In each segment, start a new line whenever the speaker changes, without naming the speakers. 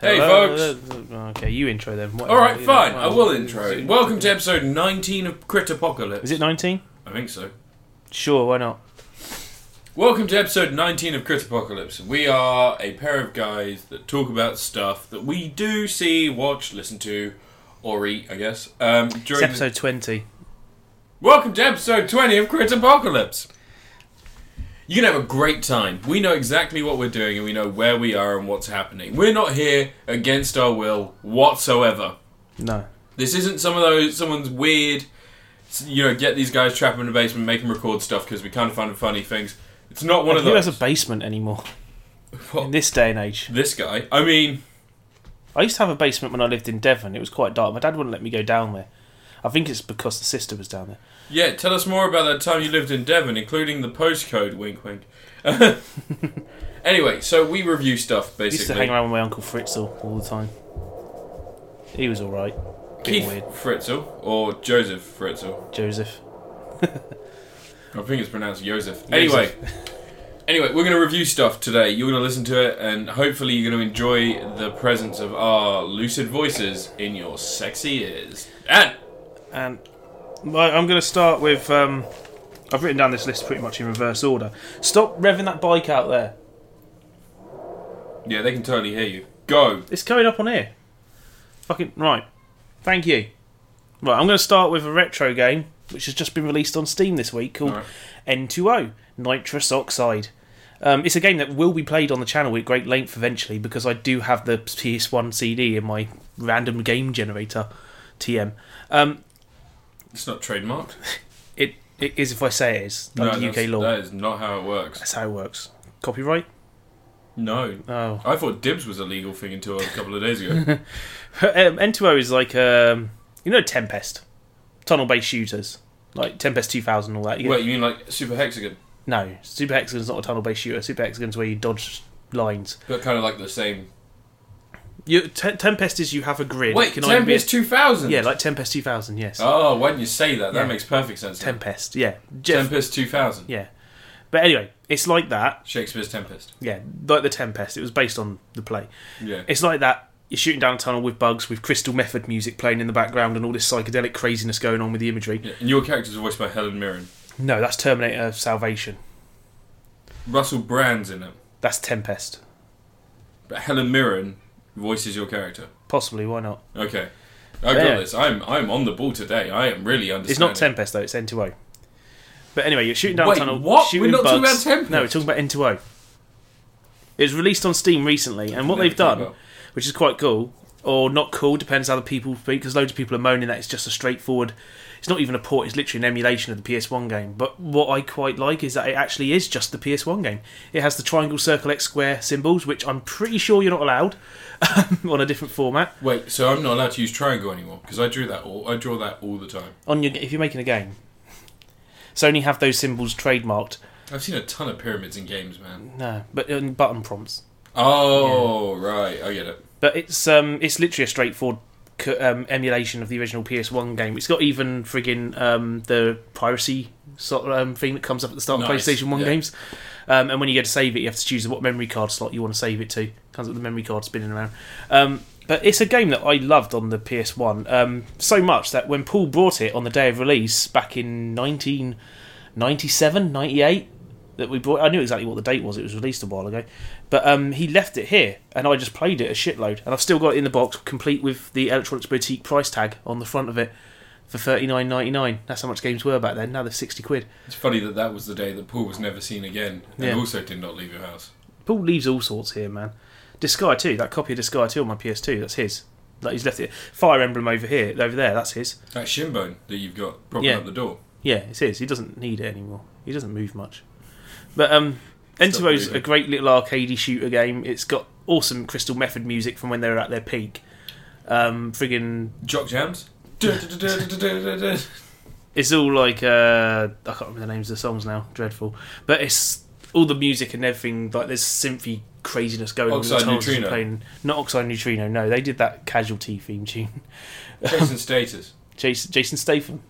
Hey,
Hello?
folks.
Okay, you intro them.
All right, fine. I will intro. it. Welcome to episode 19 of Crit Apocalypse.
Is it 19?
I think so.
Sure, why not?
Welcome to episode 19 of Crit Apocalypse. We are a pair of guys that talk about stuff that we do see, watch, listen to, or eat, I guess. Um,
It's
during the-
episode 20.
Welcome to episode 20 of Crit Apocalypse. You're going to have a great time. We know exactly what we're doing and we know where we are and what's happening. We're not here against our will whatsoever.
No.
This isn't some of those someone's weird. You know, get these guys trapped in a basement, make them record stuff because we kind of find funny things. It's not one
Like,
of
who
those.
has a basement anymore?
What?
In this day and age.
this guy. I mean,
I used to have a basement when I lived in Devon. It was quite dark. My dad wouldn't let me go down there. I think it's because the sister was down there.
yeah. Tell us more about that time you lived in Devon, including the postcode. Wink, wink. anyway, so we review stuff
I used to hang
basically.
around with my uncle Fritzl all the time. He was alright.
Keith
weird.
Fritzl or Joseph Fritzl.
Joseph.
I think it's pronounced Joseph. Anyway, anyway, we're going to review stuff today. You're going to listen to it, and hopefully, you're going to enjoy the presence of our lucid voices in your sexy ears. And
And I- I'm going to start with. Um, I've written down this list pretty much in reverse order. Stop revving that bike out there.
yeah, they can totally hear you. Go.
It's coming up on here. Fucking right. Thank you. Right, I'm going to start with a retro game which has just been released on Steam this week called
All right.
N2O Nitrous Oxide. Um, it's a game that will be played on the channel at great length eventually because I do have the PS1 CD in my random game generator TM. Um,
It's not trademarked.
it, it is if I say it is
No,
under
that's-
UK law.
That is not how it works.
That's how it works. Copyright?
No.
Oh.
I thought dibs was a legal thing until a couple of days ago.
um, N2O is like um, you know Tempest, tunnel-based shooters like Tempest 2000, and all that. You
Wait, you mean like Super Hexagon?
No, Super Hexagon's not a tunnel-based shooter. Super Hexagon's where you dodge lines.
But kind of like the same.
You, te- Tempest is you have a grid.
Wait,
It can either be a-
Tempest 2000?
yeah, like Tempest 2000. Yes,
Oh, why didn't you say that? That
Yeah.
makes perfect sense. now.
Tempest. Yeah, Jeff.
Tempest 2000.
yeah, but anyway, it's like that.
Shakespeare's Tempest.
Yeah, like the Tempest. It was based on the play.
Yeah.
It's like that. You're shooting down a tunnel with bugs, with Crystal Method music playing in the background, and all this psychedelic craziness going on with the imagery.
Yeah, and your characters are voiced by Helen Mirren.
No, that's Terminator Salvation.
Russell Brand's in it,
That's Tempest.
but Helen Mirren voices your character.
Possibly, why not?
Okay, I got
There.
this. I'm I'm on the ball today. I am really understanding.
It's not Tempest though; it's N2O. But anyway, you're shooting down
Wait,
a tunnel.
what? We're
Shooting
not
bugs.
talking about Tempest.
No, we're talking about N2O. It was released on Steam recently, and what
Never
they've done,
talk about-
which is quite cool or not cool, depends how the people think. Because loads of people are moaning that it's just a straightforward. It's not even a port; it's literally an emulation of the PS1 game. But what I quite like is that it actually is just the PS1 game. It has the triangle, circle, X, square symbols, which I'm pretty sure you're not allowed on a different format.
Wait, so I'm not allowed to use triangle anymore because I drew that all. I draw that all the time.
On your, if you're making a game, Sony have those symbols trademarked.
I've seen a ton of pyramids in games, man.
No, but um, button prompts.
Oh right, I get it.
But it's um, it's literally a straightforward c- um, emulation of the original PS1 game. It's got even friggin' um, the piracy sort of um, thing that comes up at the start
Nice,
of PlayStation One
yeah.
games. Um, and when you go to save it, you have to choose what memory card slot you want to save it to. Comes up with the memory card spinning around. Um, but it's a game that I loved on the PS1 um, so much that when Paul brought it on the day of release back in 1997, 98, that we brought. I knew exactly what the date was. It was released a while ago, but um, he left it here, and I just played it a shitload, and I've still got it in the box, complete with the Electronics Boutique price tag on the front of it for thirty nine ninety nine. That's how much games were back then. Now they're sixty quid.
It's funny that that was the day that Paul was never seen again, and
Yeah.
also did not leave your house.
Paul leaves all sorts here, man. Disgaea two, that copy of Disgaea two on my PS2, that's his. Like he's left it. Fire Emblem over here, over there, that's his.
That shin bone that you've got propping
Yeah.
up the door.
Yeah, it's his. He doesn't need it anymore. He doesn't move much. But um,
It's not
N2O's
moving.
a great little arcadey shooter game. It's got awesome Crystal Method music from when they were at their peak. Um, friggin'
Jock jams. That's
it's all like uh, I can't remember the names of the songs now. Dreadful, but it's all the music and everything. Like there's synthy craziness going
Oxide
on. with the tiles
Neutrino.
Playing. Not Oxide Neutrino. No, they did that Casualty theme tune.
Jason Status.
Jason, Jason Statham.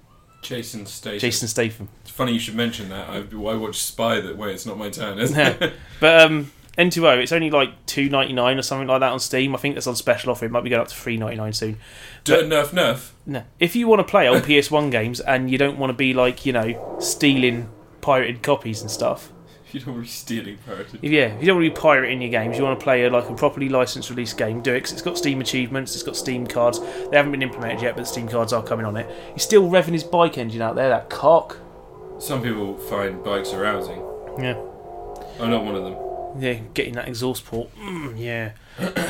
Jason Status.
Jason Statham.
It's funny you should mention that. I, I watched Spy that way. It's not my turn, is
No.
it?
But um, N2O, it's only like two ninety nine or something like that on Steam. I think that's on special offer. It might be going up to three ninety nine soon.
Dirt nerf nerf.
No, if you want to play old PS1 games and you don't want to be like you know stealing pirated copies and stuff,
You don't want to be stealing pirated.
if- yeah, if you don't want to be pirating your games, you want to play a, like a properly licensed release game. Do it 'cause it's got Steam achievements, it's got Steam cards. They haven't been implemented yet, but the Steam cards are coming on it. He's still revving his bike engine out there. That cock.
Some people find bikes arousing.
Yeah.
I'm not one of them.
Yeah, getting that exhaust port. Mm, yeah.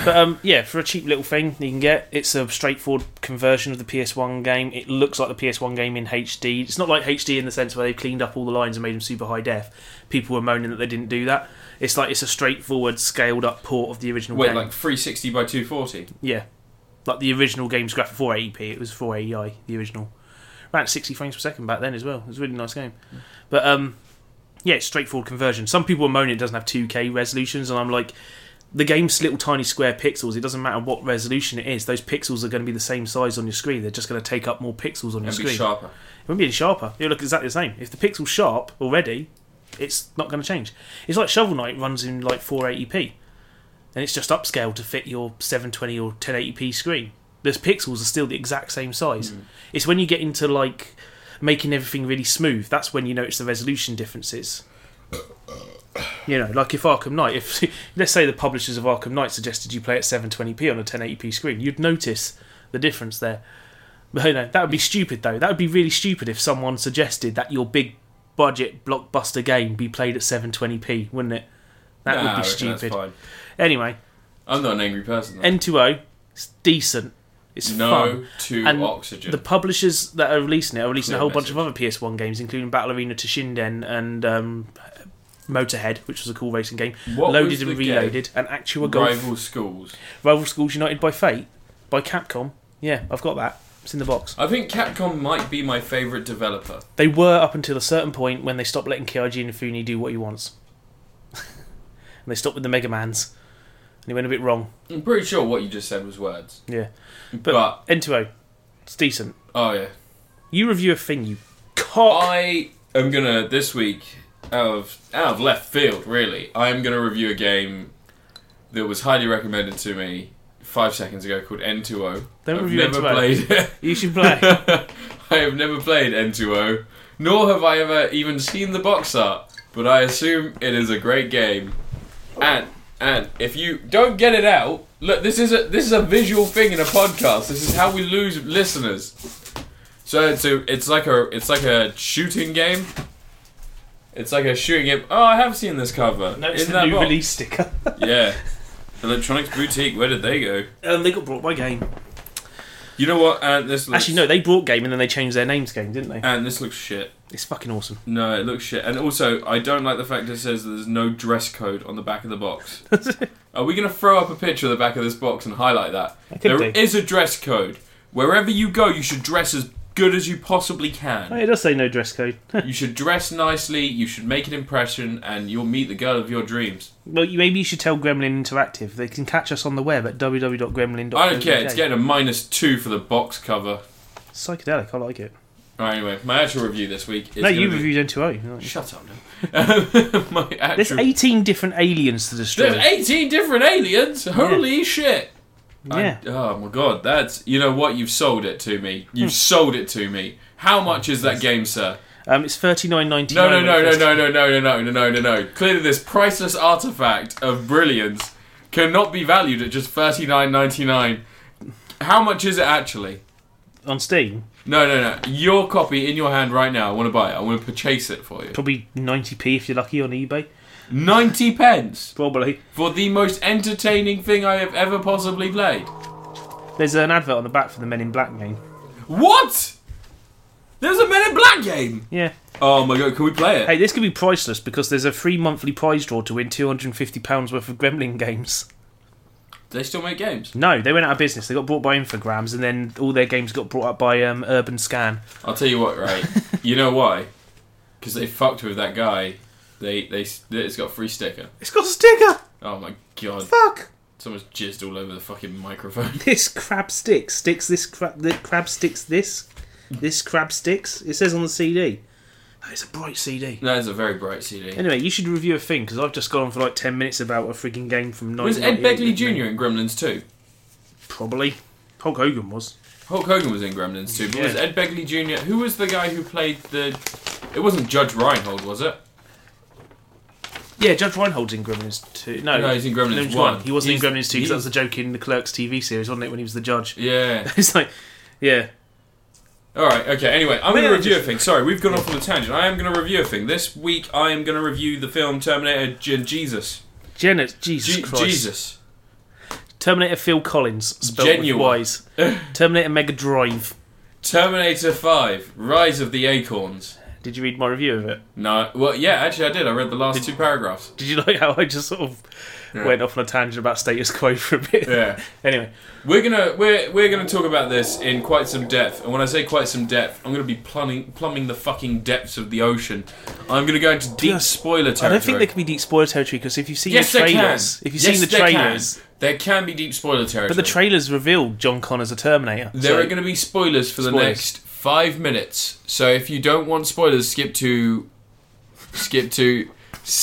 but um, yeah, for a cheap little thing you can get, it's a straightforward conversion of the PS1 game. It looks like the PS1 game in HD. It's not like HD in the sense where they've cleaned up all the lines and made them super high def. People were moaning that they didn't do that. It's like it's a straightforward, scaled up port of the original
Wait,
game.
like 360 by 240.
Yeah. Like the original game's graphic 480p, it was 480i, the original. Around 60 frames per second back then as well. It was a really nice game. But um yeah, it's straightforward conversion. Some people are moaning it doesn't have 2K resolutions, and I'm like, the game's little tiny square pixels. It doesn't matter what resolution it is; those pixels are going to be the same size on your screen. They're just going to take up more pixels on your
And be
screen.
sharper.
It won't be any sharper. It'll look exactly the same. If the pixel's sharp already, it's not going to change. It's like Shovel Knight runs in like 480p, and it's just upscaled to fit your 720 or 1080p screen. Those pixels are still the exact same size.
Hmm.
It's when you get into like making everything really smooth that's when you notice the resolution differences. You know, like if Arkham Knight, if let's say the publishers of Arkham Knight suggested you play at 720p on a 1080p screen, you'd notice the difference there. But, you know, that would be stupid though. That would be really stupid if someone suggested that your big budget blockbuster game be played at 720p, wouldn't it? That
Nah,
would
I
be
reckon that's
stupid.
fine.
Anyway,
I'm not an angry person. though.
N2O, it's decent. It's
No
fun.
to
And
oxygen.
The publishers that are releasing it are releasing
Clear
a whole bunch
message.
of other PS1 games, including Battle Arena Toshinden and um, Motorhead, which was a cool racing game.
What
Loaded
was the
and
game?
Reloaded, and Actua Golf. Rival.
Rival schools.
Schools United by Fate by Capcom. Yeah, I've got that. It's in the box.
I think Capcom might be my favourite developer.
They were up until a certain point when they stopped letting Kyoji Inafune do what he wants. and they stopped with the Mega Mans. And it went a bit wrong.
I'm pretty sure what you just said was words.
Yeah.
But,
But, N2O, it's decent.
oh yeah.
You review a thing, you cock.
I am gonna this week out of out of left field, really. I am gonna review a game that was highly recommended to me five seconds ago called N2O.
Don't
I've
review
never
N2O.
played it.
You should play.
I have never played N2O, nor have I ever even seen the box art, but I assume it is a great game. And and if you don't get it out, look this is a this is a visual thing in a podcast. This is how we lose listeners. So it's a, it's like a it's like a shooting game. It's like a shooting game. Oh, I have seen this cover.
Notice
in
the
that
new
box.
release sticker.
Yeah. Electronics Boutique, where did they go?
um, they got brought by Game.
You know what? And this looks,
Actually, no, they brought Game and then they changed their names Game, didn't they?
And this looks shit.
It's fucking awesome.
No, it looks shit. And also, I don't like the fact it says that there's no dress code on the back of the box. Are we going to throw up a picture of the back of this box and highlight that?
I could
There is
do.
a dress code. Wherever you go, you should dress as good as you possibly
Oh,
can.
it does say no dress code.
you should dress nicely, you should make an impression, and you'll meet the girl of your dreams.
well, you, maybe you should tell Gremlin Interactive. They can catch us on the web at www.gremlin.com.
I don't care, it's getting a minus two for the box cover.
Psychedelic, I like it.
Alright, anyway, my actual review this week is.
no,
gonna
you
be-
reviewed N2O.
Shut up now. my
There's
actual.
18 different aliens to destroy.
There's 18 different aliens? Holy shit! I-
yeah.
oh my god, that's you know what you've sold it to me. You've sold it to me. How much is that game, sir?
Um, it's 39.99.
No, no, no,
when it
no,
first-
no, no, no, no, no, no, no, no, no. Clearly, this priceless artifact of brilliance cannot be valued at just thirty nine ninety nine. How much is it actually?
On Steam,
No, no, no. Your copy in your hand right now. I want to buy it. I want to purchase it for you.
probably 90p if you're lucky on eBay.
Ninety pence
Probably.
for the most entertaining thing I have ever possibly played.
There's an advert on the back for the Men in Black game.
What? There's a Men in Black game.
Yeah.
Oh my god, can we play it?
Hey, this could be priceless because there's a free monthly prize draw to win £250 worth of Gremlin games.
Do they still make games?
No, they went out of business. They got bought by Infogrames, and then all their games got brought up by um, Urban Scan.
I'll tell you what, right? you know why? Because they fucked with that guy. They they it's got a free sticker.
It's got a sticker!
Oh my god!
Fuck!
Someone's jizzed all over the fucking microphone.
This crab sticks. Sticks this crab. The crab sticks this. This crab sticks. It says on the CD. It's a bright CD.
That is a very bright CD.
Anyway, you should review a thing because I've just gone on for like ten minutes about a freaking game from.
Was
1998,
Ed Begley
didn't
Jr. in Gremlins 2?
it? Probably. Hulk Hogan was.
Hulk Hogan was in Gremlins 2, but was
Yeah.
Ed Begley Jr. Who was the guy who played the. It wasn't Judge Reinhold, was it?
Yeah, Judge Reinhold's in Gremlins two. No,
No, he's in Gremlins one.
He wasn't in
He's-
Gremlins two because
he-
that was the joke in the Clerks TV series, wasn't it? When he was the judge.
Yeah.
it's like, yeah,
Alright, okay, anyway, I'm going to
Yeah,
review a
just-
thing. Sorry, we've gone off on a tangent. I am going to review a thing. This week, I am going to review the film Terminator Je- Jesus.
Janet. Jesus
Je-
Christ.
Jesus.
Terminator Phil Collins. Spelled
Genuine.
With Ys. Terminator Mega Drive.
Terminator 5, Rise of the Acorns.
Did you read my review of it?
No, well, yeah, actually, I did. I read the last two paragraphs.
Did you like how I just sort of went off on a tangent about status quo for a bit?
Yeah.
anyway,
We're gonna we're we're gonna talk about this in quite some depth, and when I say quite some depth, I'm gonna be plumbing plumbing the fucking depths of the ocean. I'm gonna go into deep
Yeah.
spoiler
I
territory.
don't think there can be deep spoiler territory because if you've seen
yes,
the
there can.
trailers, if you've
yes,
seen the
there can.
trailers,
there can be deep spoiler territory.
but the trailers revealed John Connor's a Terminator.
there
so-
are going to be spoilers for the
Spoilers.
next five minutes. So if you don't want spoilers, skip to skip to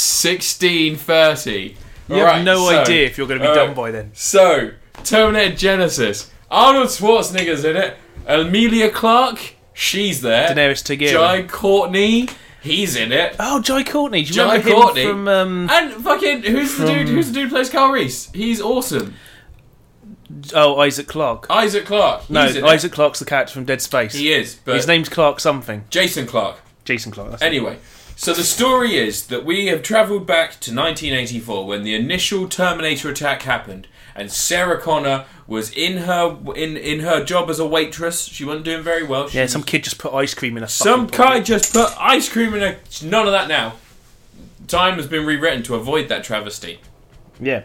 sixteen thirty.
you have no idea if you're going to be
all
done
right.
by then.
So, Terminator Genesis. Arnold Schwarzenegger's in it. Amelia Clark, she's there.
Daenerys Targaryen.
Jai Courtney, he's in it.
Oh, Jai Courtney. Do you
Jai
remember him
Courtney?
from um,
And fucking who's the dude? Who's the dude who plays Carl Reese? He's awesome.
Oh Isaac Clark?
Isaac Clark. He's
No,
in it.
Isaac Clark's the character from Dead Space.
He is, but
His name's Clark something.
Jason Clark.
Jason Clark. That's it.
Anyway, so the story is that we have travelled back to 1984 when the initial Terminator attack happened, and Sarah Connor was in her in in her job as a waitress. She wasn't doing very well. She
Yeah,
was-
some kid just put ice cream in a.
Some
fucking bottle.
guy just put ice cream in a. None of that now. Time has been rewritten to avoid that travesty.
Yeah.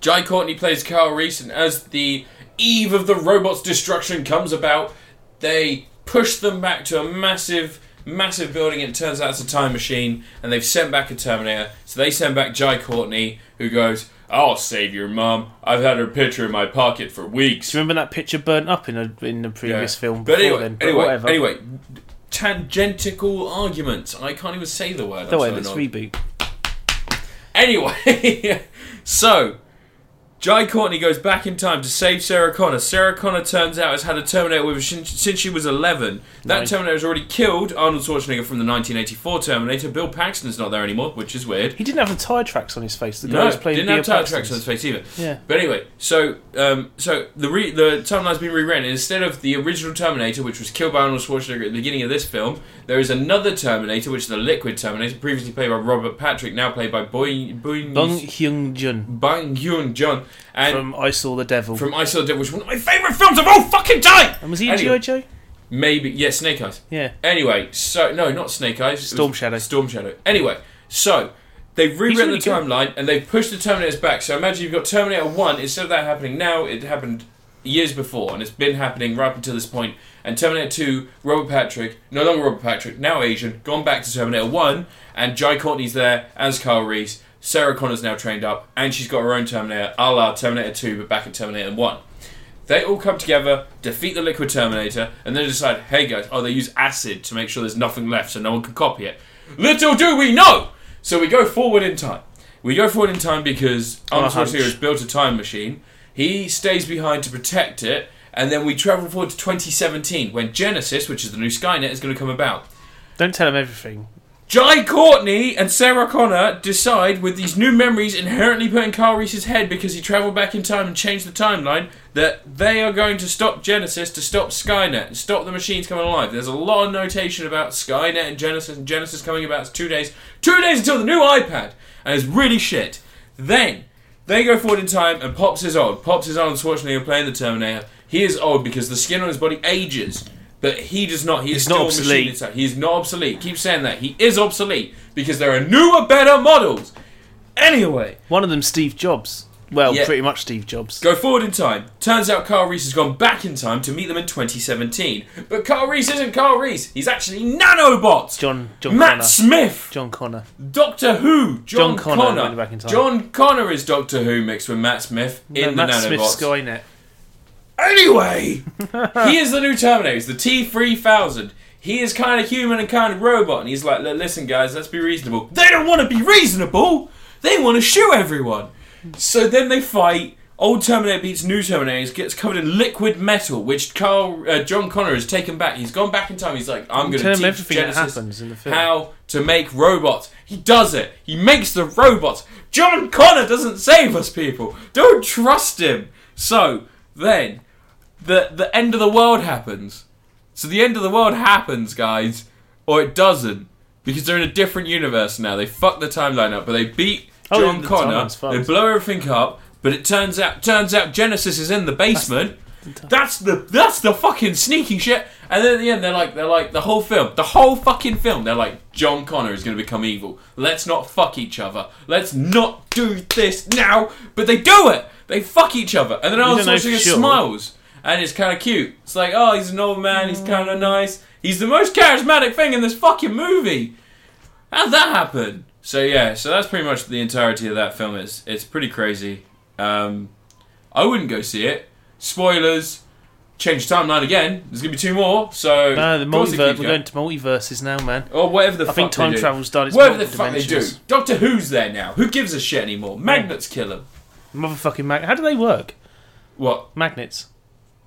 Jai Courtney plays Carl Reese, and as the eve of the robot's destruction comes about, they push them back to a massive, massive building. It turns out it's a time machine, and they've sent back a Terminator. So they send back Jai Courtney, who goes, I'll save your mum. I've had her picture in my pocket for weeks.
Do you remember that picture burnt up in a, in the previous
Yeah.
film?
But
before
anyway,
then?
anyway,
whatever.
anyway, tangential arguments. I can't even say the word. I'm
Don't worry,
so
let's
annoyed.
reboot.
Anyway, so Jai Courtney goes back in time to save Sarah Connor. Sarah Connor turns out has had a Terminator with her sin- since she was 11. That
Nice.
Terminator has already killed Arnold Schwarzenegger from the 1984 Terminator. Bill Paxton's not there anymore, which is weird.
He didn't have the tire tracks on his face. The guy
No,
was playing
didn't have
Bill
tire
Paxton.
tracks on his face either.
Yeah.
But anyway, so um, so the re- the timeline's been rewritten. Instead of the original Terminator, which was killed by Arnold Schwarzenegger at the beginning of this film, there is another Terminator, which is the Liquid Terminator, previously played by Robert Patrick, now played by Boy Boy
Bong Hyun Jun
Bang Hyun Jun and
from I Saw the Devil.
from, I Saw the Devil, which is one of my favourite films of all fucking time.
and was he in
Anyway,
G.I. Joe?
Maybe yeah, Snake Eyes.
Yeah.
Anyway, so no, not Snake Eyes. it
Storm
was
Shadow.
Storm Shadow. Anyway, so they've rewritten
really
the
good.
timeline and they've pushed the Terminators back. So imagine you've got Terminator One. Instead of that happening now, it happened years before, and it's been happening right up until this point. And Terminator Two, Robert Patrick, no longer Robert Patrick, now Asian, gone back to Terminator One, and Jai Courtney's there as Kyle Reese. Sarah Connor's now trained up, and she's got her own Terminator, a la Terminator Two, but back at Terminator One. They all come together, defeat the Liquid Terminator, and then decide, hey guys, oh, they use acid to make sure there's nothing left so no one can copy it. Little do we know! So we go forward in time. We go forward in time because Arnold
hunch.
Schwarzenegger has built a time machine. He stays behind to protect it, and then we travel forward to 2017 when Genesis, which is the new Skynet, is going to come about.
Don't tell him everything.
Jai Courtney and Sarah Connor decide, with these new memories inherently put in Carl Reese's head because he travelled back in time and changed the timeline, that they are going to stop Genesis to stop Skynet and stop the machines coming alive. There's a lot of notation about Skynet and Genesis and Genesis coming about. It's two days, two days until the new iPad, and it's really shit. Then they go forward in time, and Pops is old. Pops is Arnold Schwarzenegger playing the Terminator. He is old because the skin on his body ages, but he does not. He is
He's not
still a machine
obsolete.
inside. He's not obsolete. Keep saying that. He is obsolete because there are newer, better models. Anyway,
One of them, Steve Jobs. Well,
Yeah.
pretty much Steve Jobs.
go forward in time. Turns out Carl Reese has gone back in time to meet them in 2017. But Carl Reese isn't Carl Reese. He's actually nanobots.
John John
Matt
Connor.
Smith.
John Connor.
Doctor Who, John,
John Connor
Connor.
went back in time.
John Connor is Doctor Who mixed with Matt Smith in the
Matt
nanobots.
Smith Skynet.
Anyway, he is the new Terminator. He's the T three thousand. he is kind of human and kind of robot. And he's like, "Look, listen, guys, let's be reasonable. They don't want to be reasonable. They want to shoot everyone. So then they fight. Old Terminator beats new Terminator. He gets covered in liquid metal, which Carl uh, John Connor has taken back. He's gone back in time. He's like, "I'm going to
Tell him
teach
everything that
Genesis
happens in the film.
how to make robots. He does it. He makes the robots. John Connor doesn't save us, people. Don't trust him. So then, the the end of the world happens. So the end of the world happens, guys, or it doesn't, because they're in a different universe now. They fuck the timeline up, but they beat
Oh,
John
the
Connor.
timeline's fucked.
They blow everything up, but it turns out turns out Genesis is in the basement. That's the that's the fucking sneaky shit. And then at the end, they're like they're like the whole film, the whole fucking film. They're like John Connor is going to become evil. Let's not fuck each other. Let's not do this now. But they do it. They fuck each other. And then I
You
was
don't know
watching
for
a
sure.
smiles, and it's kind of cute. It's like oh, he's an old man. He's kind
Mm.
of nice. He's the most charismatic thing in this fucking movie. How'd that happen? So yeah, so that's pretty much the entirety of that film. It's it's pretty crazy. Um, I wouldn't go see it. Spoilers. Change the timeline again. There's gonna be two more. So
No, the
of course
multiverse.
it keeps
We're going
going.
to multiverses now, man.
or whatever the
I
fuck
think time
they do.
travel's done. It's
Whatever the
multiple
fuck they do.
dimensions. Hmm.
Doctor Who's there now. Who gives a shit anymore? Magnets kill him.
Motherfucking mag. How do they work?
What
Magnets.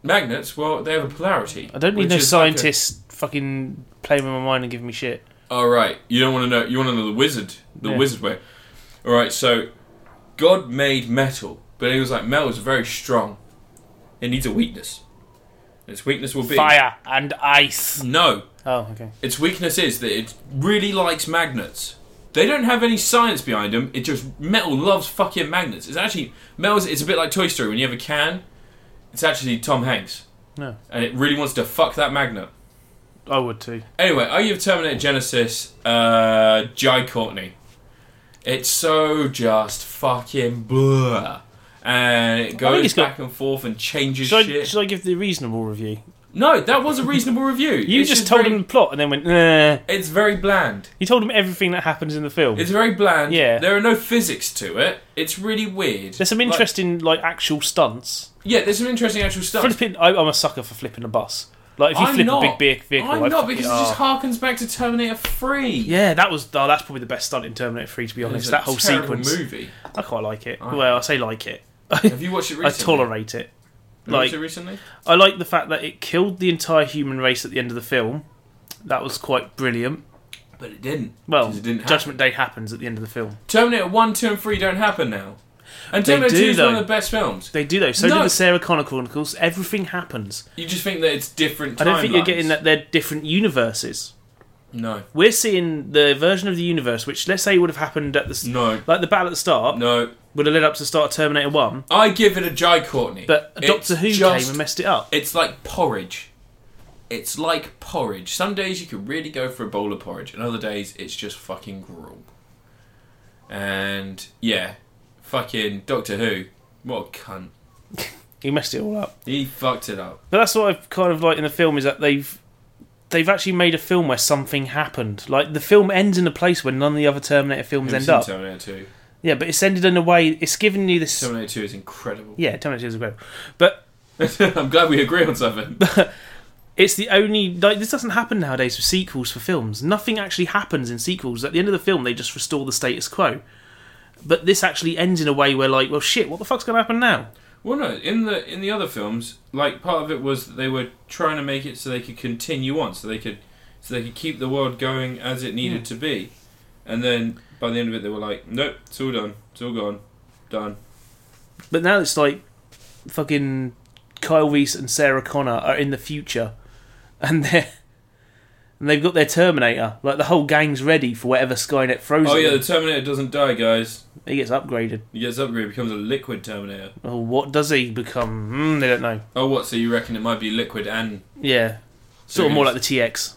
magnets? Well, they have a polarity.
I don't need
which
no
is like a-
scientists fucking playing with my mind and giving me shit.
All right, you don't want to know. You want to know the wizard, the
Yeah.
wizard way. All right, so God made metal, but he was like metal is very strong. It needs a weakness. Its weakness will be
Fire and ice.
No,
Oh, okay.
its weakness is that it really likes magnets. They don't have any science behind them. It just metal loves fucking magnets. It's actually metal's. It's a bit like Toy Story when you have a can. It's actually Tom Hanks,
No,
and it really wants to fuck that magnet.
I would too.
Anyway, are you of Terminator Genesis, uh, Jai Courtney? It's so just fucking blur. And it
think
goes
it's got-
back and forth and changes
Should I,
shit.
should I give the reasonable review?
No, that was a reasonable review.
You
It's
just, told
very,
him the plot and then went, nah.
It's very bland.
You told him everything that happens in the film.
It's very bland.
Yeah.
There are no physics to it. It's really weird.
There's some
Like-
interesting, like, actual stunts.
yeah, there's some interesting actual stuff.
Flipping, I, I'm a sucker for flipping a bus. Like, if you
I'm
flip
not.
a big be- vehicle,
I'm
I
not
fucking-
because
oh.
it just harkens back to Terminator 3.
Yeah, that was oh, that's probably the best stunt in Terminator 3, to be honest.
It's a
That whole
terrible
sequence,
movie.
I quite like it.
I-
Well, I say like it.
Have you watched it
I
recently?
tolerate it.
Have you watched
like-
it recently?
I like the fact that it killed the entire human race at the end of the film. That was quite brilliant.
But it didn't.
Well,
because it didn't happen.
Judgment Day happens at the end of the film.
Terminator 1, 2, and 3 don't happen now. And
They
Terminator
do,
2 is one
though.
of the best films.
They do though. So
No.
do the Sarah Connor Chronicles. Everything happens.
You just think that it's different
I don't think you're
timelines.
getting that they're different universes.
No.
We're seeing the version of the universe which, let's say, would have happened at the s-
No.
like the battle at the start
No.
would have led up to the start of Terminator One,
I give it a Jai Courtney.
but
It's
Doctor Who
just-
came and messed it up.
It's like porridge. It's like porridge. Some days you could really go for a bowl of porridge, and other days it's just fucking gruel. And yeah, fucking Doctor Who. What a cunt.
He messed it all up.
He fucked it up.
But that's what I've kind of like in the film is that they've they've actually made a film where something happened. Like the film ends in a place where none of the other Terminator films
Haven't
end
seen
up.
Terminator 2.
Yeah, but it's ended in a way it's giving you this.
Terminator 2 is incredible.
Yeah, Terminator 2 is incredible, but
I'm glad we agree on something.
it's the only like this doesn't happen nowadays with sequels for films. Nothing actually happens in sequels. At the end of the film, they just restore the status quo. But this actually ends in a way where like, well, shit, what the fuck's gonna happen now?
Well, no, in the in the other films, like part of it was that they were trying to make it so they could continue on, so they could so they could keep the world going as it
Hmm.
needed to be, and then by the end of it, they were like, nope, it's all done, it's all gone, done.
But now it's like fucking Kyle Reese and Sarah Connor are in the future and they're and they've got their Terminator. Like the whole gang's ready for whatever Skynet throws
Oh
at
yeah, the
them.
Terminator doesn't die, guys.
He gets upgraded.
He gets upgraded, becomes a liquid Terminator.
Oh, what does he become? Mm, they don't know.
Oh, what? So you reckon it might be liquid and?
Yeah. Sort of more
Serious?
like the TX.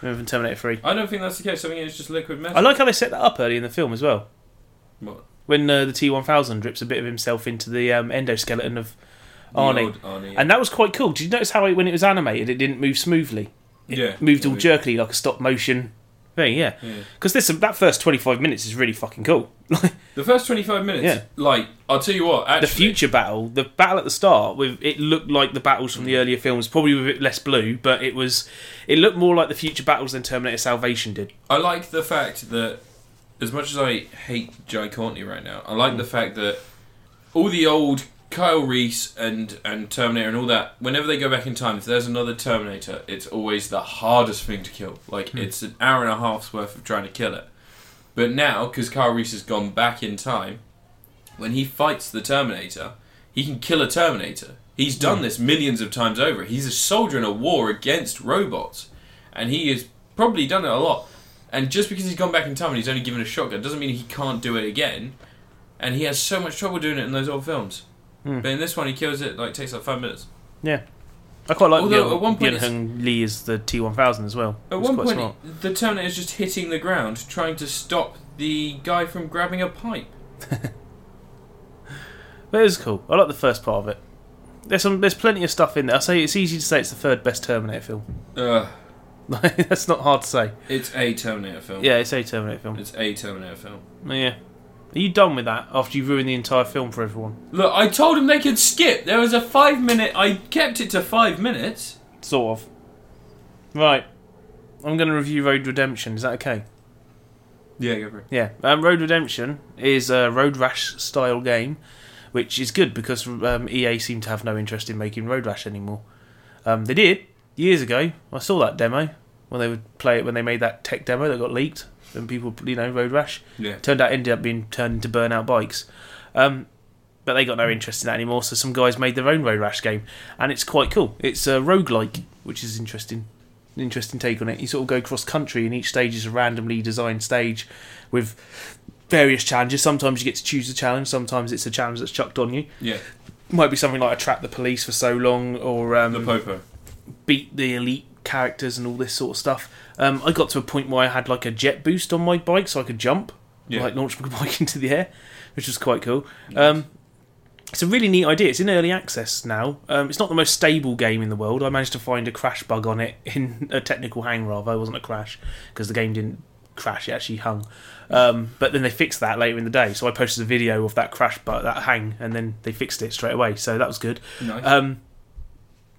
Remember from Terminator 3.
I don't think that's the case. I think it's just liquid metal.
I like how they set that up early in the film as well.
What?
When uh, the T1000 drips a bit of himself into the um, endoskeleton of
The
Arnie.
old Arnie.
And that was quite cool. Did you notice how it, when it was animated, it didn't move smoothly?
yeah,
moved all
Yeah.
jerkily like a stop motion thing, yeah. Because this that first twenty five minutes is really fucking cool. Like
The first 25 minutes,
Yeah.
like, I'll tell you what, actually.
the future battle, the battle at the start with it looked like the battles from the
Mm.
earlier films, probably with a bit less blue, but it was it looked more like the future battles than Terminator Salvation did.
I like the fact that, as much as I hate Jai Courtney right now, I like the fact that all the old Kyle Reese and, and Terminator and all that, whenever they go back in time, if there's another Terminator, it's always the hardest thing to kill. Like, it's an hour and a half's worth of trying to kill it. But now, because Kyle Reese has gone back in time, when he fights the Terminator, he can kill a Terminator. He's done this millions of times over. He's a soldier in a war against robots, and he has probably done it a lot. And just because he's gone back in time and he's only given a shotgun doesn't mean he can't do it again. And he has so much trouble doing it in those old films.
Hmm.
But in this one, he kills it like takes like five minutes.
Yeah. I quite like
Although
Although,
at one point it's-
Hung Lee is the T one thousand as well.
At
It's
one
quite
point,
smart.
the Terminator is just hitting the ground, trying to stop the guy from grabbing a pipe.
But it was cool. I like the first part of it. There's some there's plenty of stuff in there. I say it's easy to say it's the third best Terminator film.
Ugh,
Like, That's not hard to say.
it's a Terminator film.
Yeah, it's a Terminator film.
It's a Terminator film.
Yeah. Are you done with that after you've ruined the entire film for everyone?
Look, I told him they could skip. There was a five minute. I kept it to five minutes.
Sort of. Right. I'm going to review Road Redemption. Is that okay?
Yeah, go for it.
Yeah, um, Road Redemption is a Road Rash style game, which is good because um, EA seem to have no interest in making Road Rash anymore. Um, they did years ago. I saw that demo when they would play it when they made that tech demo that got leaked and people, you know, Road Rash.
Yeah.
Turned out it ended up being turned into Burnout Bikes. Um, but they got no interest in that anymore, so some guys made their own Road Rash game, and it's quite cool. It's a roguelike, which is interesting. An interesting take on it. You sort of go cross country, and each stage is a randomly designed stage with various challenges. Sometimes you get to choose the challenge, sometimes it's a challenge that's chucked on you.
Yeah.
Might be something like attract the police for so long, or um,
The Popo.
beat the elite characters and all this sort of stuff. Um, I got to a point where I had like a jet boost on my bike, so I could jump,
Yeah.
like launch my bike into the air, which was quite cool. Um, it's a really neat idea. It's in early access now. Um, it's not the most stable game in the world. I managed to find a crash bug on it in a technical hang rather. It wasn't a crash because the game didn't crash. It actually hung. Um, but then they fixed that later in the day. So I posted a video of that crash bug, that hang, and then they fixed it straight away. So that was good.
Nice.
Um,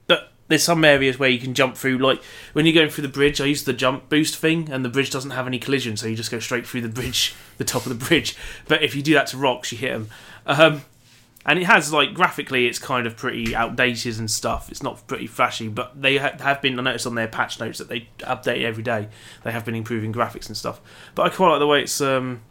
but there's some areas where you can jump through. Like when you're going through the bridge, I used the jump boost thing, and the bridge doesn't have any collision, so you just go straight through the bridge, the top of the bridge. But if you do that to rocks, you hit them. Um, and it has like graphically, it's kind of pretty outdated and stuff. It's not pretty flashy, but they ha- have been. I noticed on their patch notes that they update every day. They have been improving graphics and stuff. But I quite like the way it's. Um,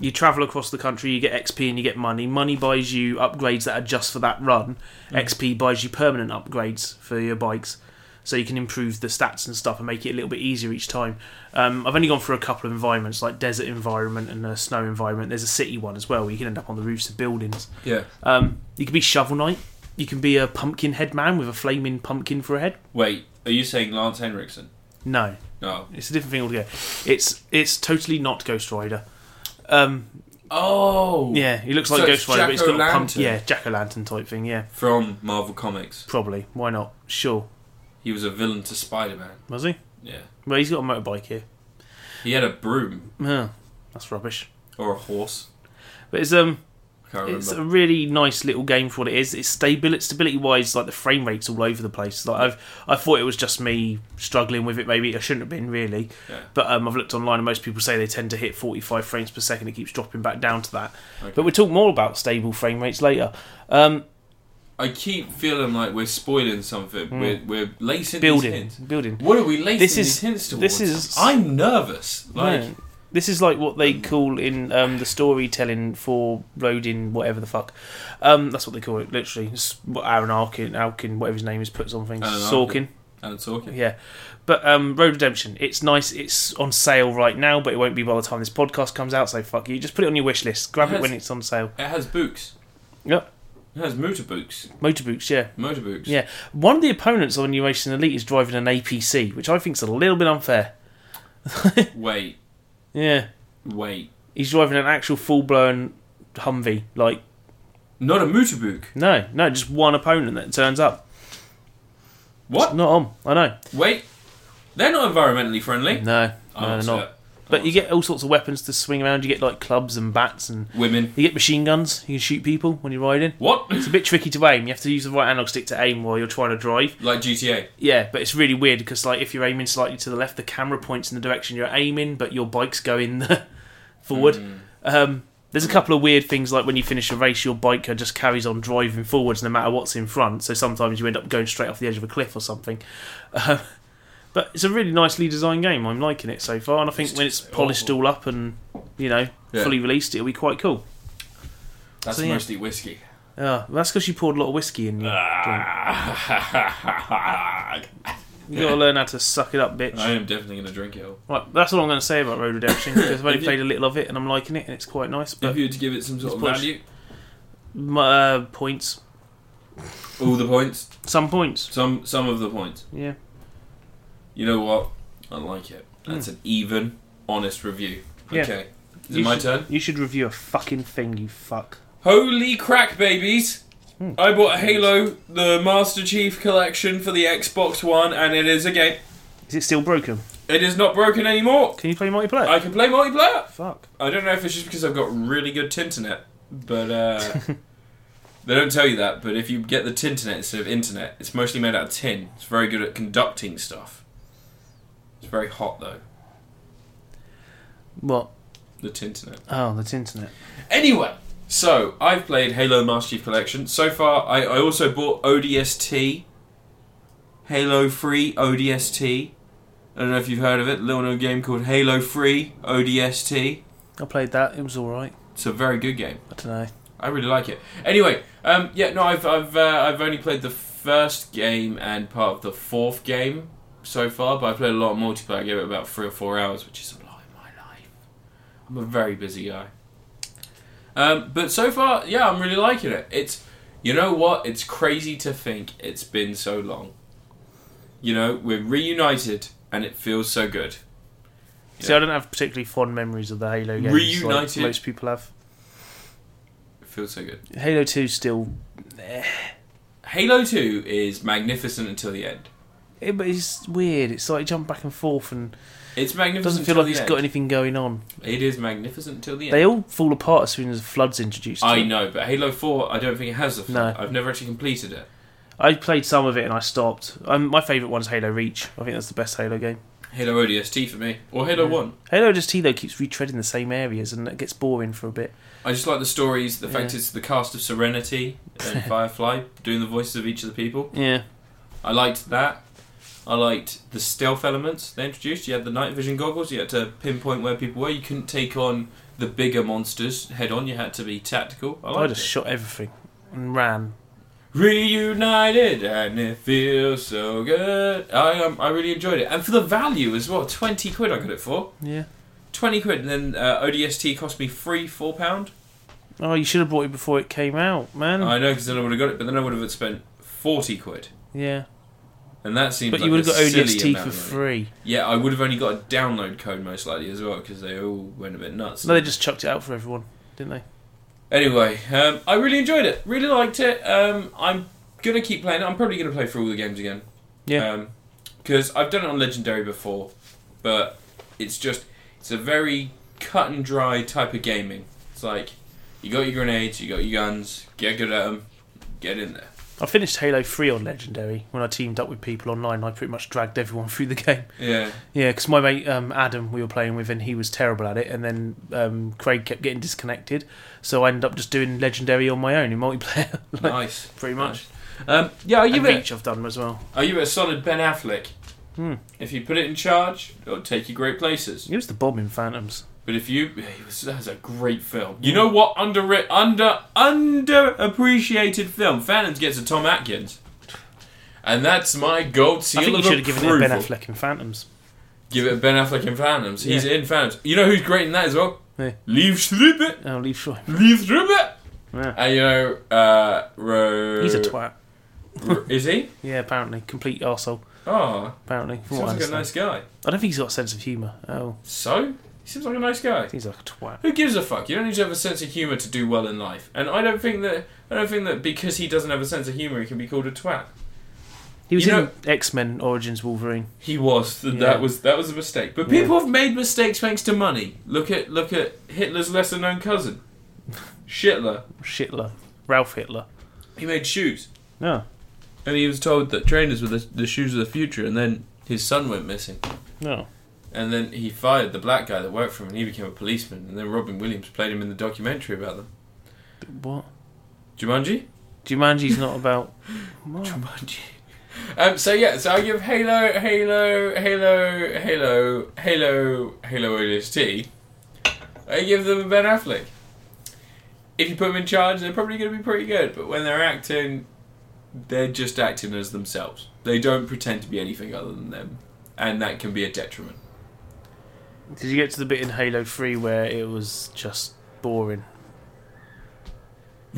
you travel across the country, you get XP and you get money. Money buys you upgrades that are just for that run. XP buys you permanent upgrades for your bikes, so you can improve the stats and stuff and make it a little bit easier each time. Um, I've only gone for a couple of environments, like desert environment and a snow environment. There's a city one as well, where you can end up on the roofs of buildings.
Yeah.
Um, you can be Shovel Knight. You can be a pumpkin head man with a flaming pumpkin for a head.
Wait, are you saying Lance Henriksen?
No,
No.
it's a different thing altogether. It's it's totally not Ghost Rider. Um,
Oh.
Yeah, he looks
So
like
it's
Ghost Rider, but he's got a pump.
jack-o'-lantern.
Yeah, jack o' lantern type thing. Yeah,
From Marvel Comics,
probably. Why not? Sure.
he was a villain to Spider-Man.
Was he?
Yeah.
Well, he's got a motorbike here.
He had a broom
Huh, that's rubbish.
or a horse.
But it's um,
I can't remember.
it's a really nice little game for what it is. It's stability, stability wise, like the frame rates all over the place. Like I've, I thought it was just me struggling with it. Maybe I shouldn't have been really.
Yeah.
But um, I've looked online, and most people say they tend to hit 45 frames per second. It keeps dropping back down to that. But we'll talk more about stable frame rates later. Um,
I keep feeling like we're spoiling something. We're, we're lacing
Hmm. building,
these hints.
building.
What are we lacing
This
these
is-
hints towards?
this is-
I'm nervous. Like,
No. This is like what they call in um, the storytelling for roading, whatever the fuck. Um, that's what they call it, literally. It's what Aaron Arkin, Alkin, whatever his name is, puts on things.
Aaron
Sorkin,
Arkin. and talking.
yeah. But um, Road Redemption, it's nice. It's on sale right now, but it won't be by the time this podcast comes out. So fuck you. Just put it on your wish list. Grab it
Yes.
when it's on sale.
It has books.
Yep.
It has motor books.
Motor boots, yeah.
Motor books.
Yeah. One of the opponents on Eurasian Elite is driving an APC, which I think's a little bit unfair.
Wait,
Yeah.
wait.
He's driving an actual full blown Humvee, like
Not a motor book.
No, no, just one opponent that turns up.
What?
Not on. I know.
Wait. They're not environmentally friendly.
No.
I'm
No, they're
upset.
not.
I'm
But you
upset.
get all sorts of weapons to swing around. You get like clubs and bats, and
women.
you get machine guns. You can shoot people when you're riding.
What?
It's a bit tricky to aim. You have to use the right analog stick to aim while you're trying to drive.
like GTA.
Yeah, but it's really weird because like if you're aiming slightly to the left, the camera points in the direction you're aiming, but your bike's going forward.
Hmm.
Um, there's a couple of weird things like when you finish a race, your bike uh, just carries on driving forwards no matter what's in front. So sometimes you end up going straight off the edge of a cliff or something. Uh, but it's a really nicely designed game. I'm liking it so far, and I think
It's
when it's
just
polished
awful.
all up and you know
Yeah.
fully released, it'll be quite cool.
That's
So, yeah.
mostly whiskey.
Uh, that's because you poured a lot of whiskey in. Your
Ah.
drink.
I
You gotta learn how to suck it up, bitch.
am definitely going to drink it all.
Right, that's all I'm going to say about Road Redemption because I've only
If you-
played a little of it and I'm liking it and it's quite nice.
If
But
you were to give it some sort of
Let's push.
value,
m uh, points,
all the points,
some points,
some some of the points.
yeah.
You know what? I like it. That's an even, honest review.
Hmm. Yeah.
Okay, is it
You
my
should-
turn?
You should review a fucking thing, you fuck.
Holy crack, babies!
Hmm.
I bought Halo, the Master Chief Collection for the Xbox One, and it is a game.
Is it still broken?
It is not broken anymore.
Can you play multiplayer?
I can play multiplayer.
Fuck.
I don't know if it's just because I've got really good Tinternet, but uh, they don't tell you that. But if you get the Tinternet instead of internet, it's mostly made out of tin. It's very good at conducting stuff. It's very hot though,
What?
the Tinternet.
Oh, that's internet.
Anyway, so I've played Halo Master Chief Collection. So far, I, I also bought ODST, Halo Free ODST. I don't know if you've heard of it. Little known game called Halo Free ODST.
I played that. It was all right.
It's a very good game.
I don't know.
I really like it. Anyway, um, yeah, no, I've I've uh, I've only played the first game and part of the fourth game so far, but I played a lot of multiplayer. I gave it about three or four hours, which is a lot in my life. I'm a very busy guy. Um, but so far, yeah, I'm really liking it. It's you know what? It's crazy to think it's been so long. You know, we're reunited and it feels so good.
See, I don't have particularly fond memories of the Halo games.
Reunited.
Like most people have.
It feels so good.
Halo 2 still.
Halo 2 is magnificent until the end.
It, eh, but it's weird. It's like jump back and forth and
It's
it
magnificent.
doesn't feel
until
like
the
it's
end.
got anything going on.
It is magnificent till the end.
They all fall apart as soon as Flood's introduced. to
I
it.
know, but Halo 4, I don't think it has the flood.
No.
I've never actually completed it.
I played some of it and I stopped. Um, my favourite one's Halo Reach. I think that's the best Halo game.
Halo ODST for me, or Halo 1.
Halo just T though keeps retreading the same areas and it gets boring for a bit.
I just like the stories, the fact
Yeah.
it's the cast of Serenity and Firefly doing the voices of each of the people.
Yeah.
I liked that. I liked the stealth elements they introduced. You had the night vision goggles, you had to pinpoint where people were. You couldn't take on the bigger monsters head on, you had to be tactical. I
I,
liked
just
it.
shot everything and ran.
Reunited and it feels so good. I um, I really enjoyed it, and for the value as well, twenty quid I got it for
Yeah.
twenty quid, and then uh, ODST cost me three four pound.
Oh, you should have bought it before it came out, man.
I know because then I would have got it, but then I would have spent forty quid,
yeah.
and that seems.
But
like
you would have
a
got
silly
ODST
amount
for
of money.
free.
Yeah, I would have only got a download code most likely as well because they all went a bit nuts.
No, they just chucked it out for everyone, didn't they?
Anyway, um, I really enjoyed it. Really liked it. Um, I'm gonna keep playing it. I'm probably gonna play through all the games again.
Yeah.
Because I've done it on Legendary before, but it's just it's a very cut and dry type of gaming. It's like you got your grenades, you got your guns, get good at them, get in there.
I finished Halo 3 on Legendary when I teamed up with people online. I pretty much dragged everyone through the game.
Yeah.
Yeah, because my mate um, Adam, we were playing with, and he was terrible at it. And then um, Craig kept getting disconnected, so I ended up just doing legendary on my own in multiplayer. like,
nice.
pretty much.
Um, yeah, I'll
And
give, it,
Reach I've done as well.
I'll give it a solid Ben Affleck.
Hmm.
If you put it in charge, it'll take you great places.
He was the bomb in Phantoms.
But if you, it was, that was a great film. You know what? Under under underappreciated film. Phantoms gets a Tom Atkins, and that's my gold seal
I think you
of
should have given it
approval.
Ben Affleck in Phantoms.
Give it Ben Affleck in Phantoms. He's
Yeah.
in Phantoms. You know who's great in that as well?
Who?
Leave Schreiber.
Oh, leave sure.
Leave Schreiber.
Yeah.
And you know, uh, Ro-
He's a twat.
Ro- is he?
Yeah, apparently, complete arsehole.
Oh,
Apparently, from what I
sounds like a
understand.
nice guy.
I don't think he's got a sense of humour. Oh,
So he seems like a nice guy.
he's like a twat.
Who gives a fuck? You don't need to have a sense of humour to do well in life. And I don't think that I don't think that because he doesn't have a sense of humour, he can be called a twat.
He was
You
in
know-
X Men Origins Wolverine.
He was. Th-
Yeah.
That was that was a mistake. But people have made mistakes thanks to money. Look at look at Hitler's lesser known cousin, Schittler.
Hitler, Ralph Hitler.
He made shoes,
No,
and he was told that trainers were the, the shoes of the future. And then his son went missing,
no.
and then he fired the black guy that worked for him, and he became a policeman. And then Robin Williams played him in the documentary about them.
What?
Jumanji.
Jumanji's not about. What?
Jumanji. Um, so yeah, so I give Halo, Halo, Halo, Halo, Halo, Halo ODST. I give them a Ben Affleck. If you put them in charge, they're probably going to be pretty good. But when they're acting, they're just acting as themselves. They don't pretend to be anything other than them, and that can be a detriment.
Did you get to the bit in Halo Three where it was just boring?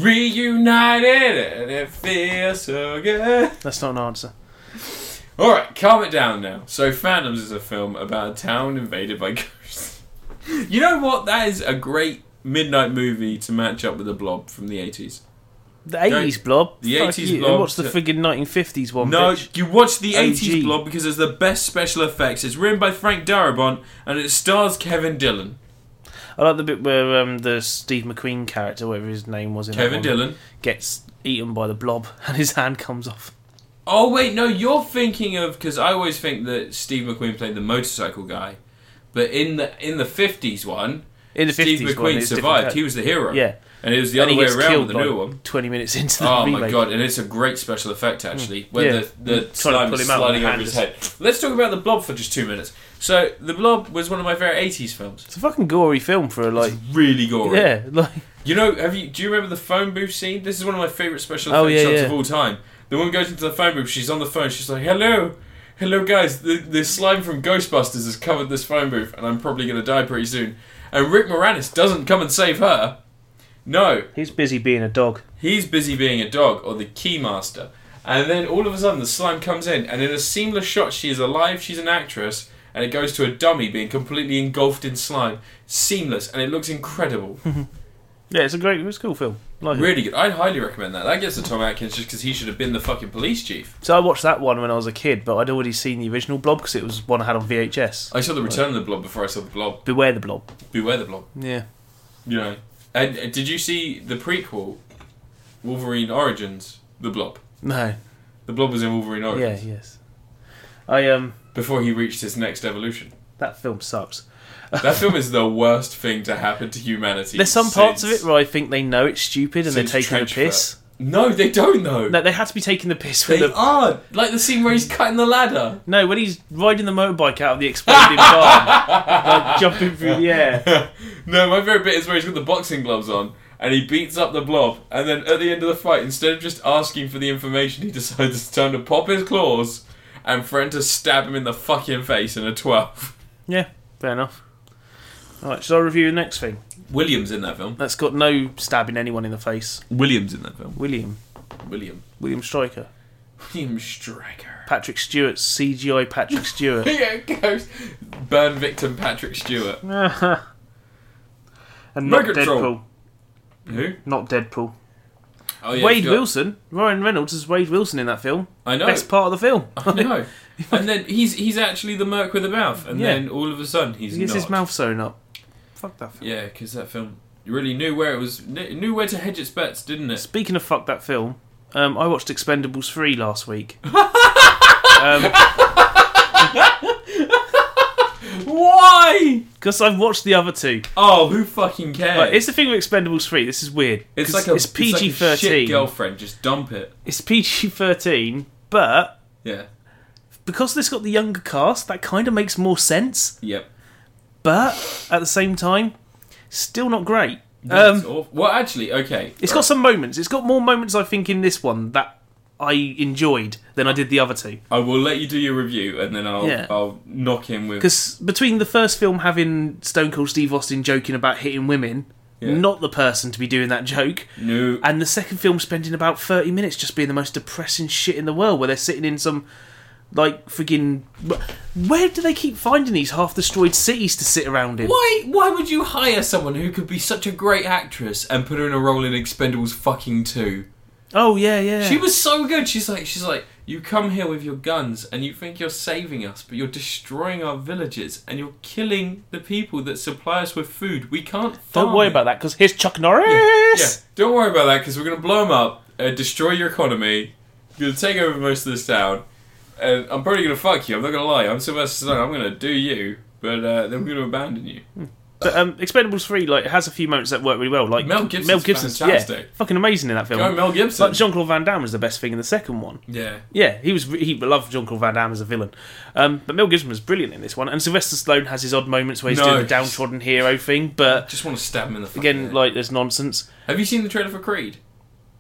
Reunited, and it feels so good.
That's not an answer.
All right, calm it down now. So, Phantoms is a film about a town invaded by ghosts. you know what? That is a great midnight movie to match up with the Blob from the eighties.
The eighties blob.
The
Fuck
80s
you.
blob
What's the
to-
friggin' nineteen fifties one?
No,
bitch.
you watch the eighties
OG.
Blob because it's the best special effects. It's written by Frank Darabont and it stars Kevin Dillon.
I like the bit where um, the Steve McQueen character, whatever his name was, in that
Kevin
one,
Dillon.
gets eaten by the blob and his hand comes off.
Oh wait, no, you're thinking of because I always think that Steve McQueen played the motorcycle guy, but in the in the fifties one,
In the
Steve
fifties,
McQueen survived. He was the hero.
yeah,
and it was the other
and he
way
gets
around
killed
with the
like,
new one.
Twenty minutes into the
Oh
remake.
my god, and it's a great special effect actually, where
Hmm. Yeah.
the,
Trying
the
to
slime
pull
is
him out with
sliding
the
over
hand
his
is-
head. Let's talk about The Blob for just two minutes. So, The Blob was one of my favourite 80s films.
It's a fucking gory film for a like.
It's really gory.
Yeah, like
You know, have you do you remember the phone booth scene? This is one of my favourite special
Oh,
effects
yeah,
shots
yeah.
of all time. The woman goes into the phone booth, she's on the phone, she's like, Hello! Hello guys, the, the slime from Ghostbusters has covered this phone booth and I'm probably gonna die pretty soon. And Rick Moranis doesn't come and save her. No,
he's busy being a dog.
He's busy being a dog or the keymaster. And then all of a sudden the slime comes in and in a seamless shot she is alive, she's an actress, and it goes to a dummy being completely engulfed in slime. Seamless and it looks incredible.
Yeah, it's a great, it's a cool film. Like it.
really good. I'd highly recommend that. That gets to Tom Atkins just because he should have been the fucking police chief.
So I watched that one when I was a kid, but I'd already seen the original Blob because it was one I had on VHS.
I saw the return of the blob before I saw the blob.
Beware the Blob.
Beware the blob.
Yeah.
You know. And, and did you see the prequel, Wolverine Origins, the blob?
No.
The blob was in Wolverine
Yeah.
Origins
Yes. I um.
before he reached his next evolution.
That film sucks.
That film is the worst thing to happen to humanity.
There's some parts of
since-
it where I think they know it's stupid and they're
since
taking the
Trench Foot.
piss.
No, they don't know.
No, they had to be taking the piss
they
when the
are. Like the scene where he's cutting the ladder.
no when he's riding the motorbike out of the exploding barn, like jumping through the air.
no, my favourite bit is where he's got the boxing gloves on and he beats up the blob. And then at the end of the fight, instead of just asking for the information, he decides it's time to pop his claws and for him to stab him in the fucking face in a 12.
Yeah, fair enough. All right, shall I review the next thing?
William's in that film.
That's got no stabbing anyone in the face.
William's in that film.
William,
William.
William Stryker,
William Stryker.
Patrick Stewart, CGI Patrick Stewart.
Here it goes. Burn victim Patrick Stewart.
and not
Megatron.
Deadpool.
Who?
Not Deadpool.
Oh, yeah,
Wade
he's got-
Wilson. Ryan Reynolds is Wade Wilson in that film.
I know.
Best part of the film.
I know. and then he's he's actually the merc with a mouth, and
Yeah.
then all of a sudden he's
He gets
not.
his mouth sewn up. Fuck that film.
Yeah, because that film really knew where it was, kn- knew where to hedge its bets, didn't it?
Speaking of fuck that film, um, I watched Expendables 3 last week. um,
Why?
Because I've watched the other two.
Oh, who fucking cares?
Right, it's the thing with Expendables 3. This is weird.
It's
'Cause
like a
it's PG
it's like a shit
13.
girlfriend. Just dump it.
it's PG 13, but
Yeah.
because this got the younger cast, that kind of makes more sense.
Yep.
But at the same time, still not great.
That's
Um,
awful. Well, actually, okay.
it's got some moments. It's got more moments, I think, in this one that I enjoyed than I did the other two.
I will let you do your review, and then I'll
Yeah.
I'll knock him with.
Because between the first film having Stone Cold Steve Austin joking about hitting women,
Yeah.
not the person to be doing that joke,
No.
and the second film spending about 30 minutes just being the most depressing shit in the world where they're sitting in some like friggin where do they keep finding these half destroyed cities to sit around in
Why? Why would you hire someone who could be such a great actress and put her in a role in Expendables fucking two?
oh yeah yeah
She was so good. She's like, she's like, You come here with your guns and you think you're saving us, but you're destroying our villages and you're killing the people that supply us with food. We can't.
Don't
farm
worry
it."
about that because here's Chuck Norris.
Yeah, don't worry about that because we're going to blow them up, uh, destroy your economy, going to take over most of this town, and I'm probably going to fuck you. I'm not going to lie. I'm Sylvester Stallone. I'm going to do you, but uh, then I'm going to abandon you.
But um, Expendables Three like has a few moments that work really well. Like
Mel Gibson's
yeah,
fantastic.
fucking amazing in that
Go
film.
Mel Gibson.
Like Jean Claude Van Damme was the best thing in the second one.
yeah.
Yeah, he was. He loved Jean Claude Van Damme as a villain, um, but Mel Gibson was brilliant in this one. And Sylvester Stallone has his odd moments where he's
No.
doing the downtrodden hero thing, but
Just want to stab him in the fucking
again,
head.
like there's nonsense.
Have you seen the trailer for Creed?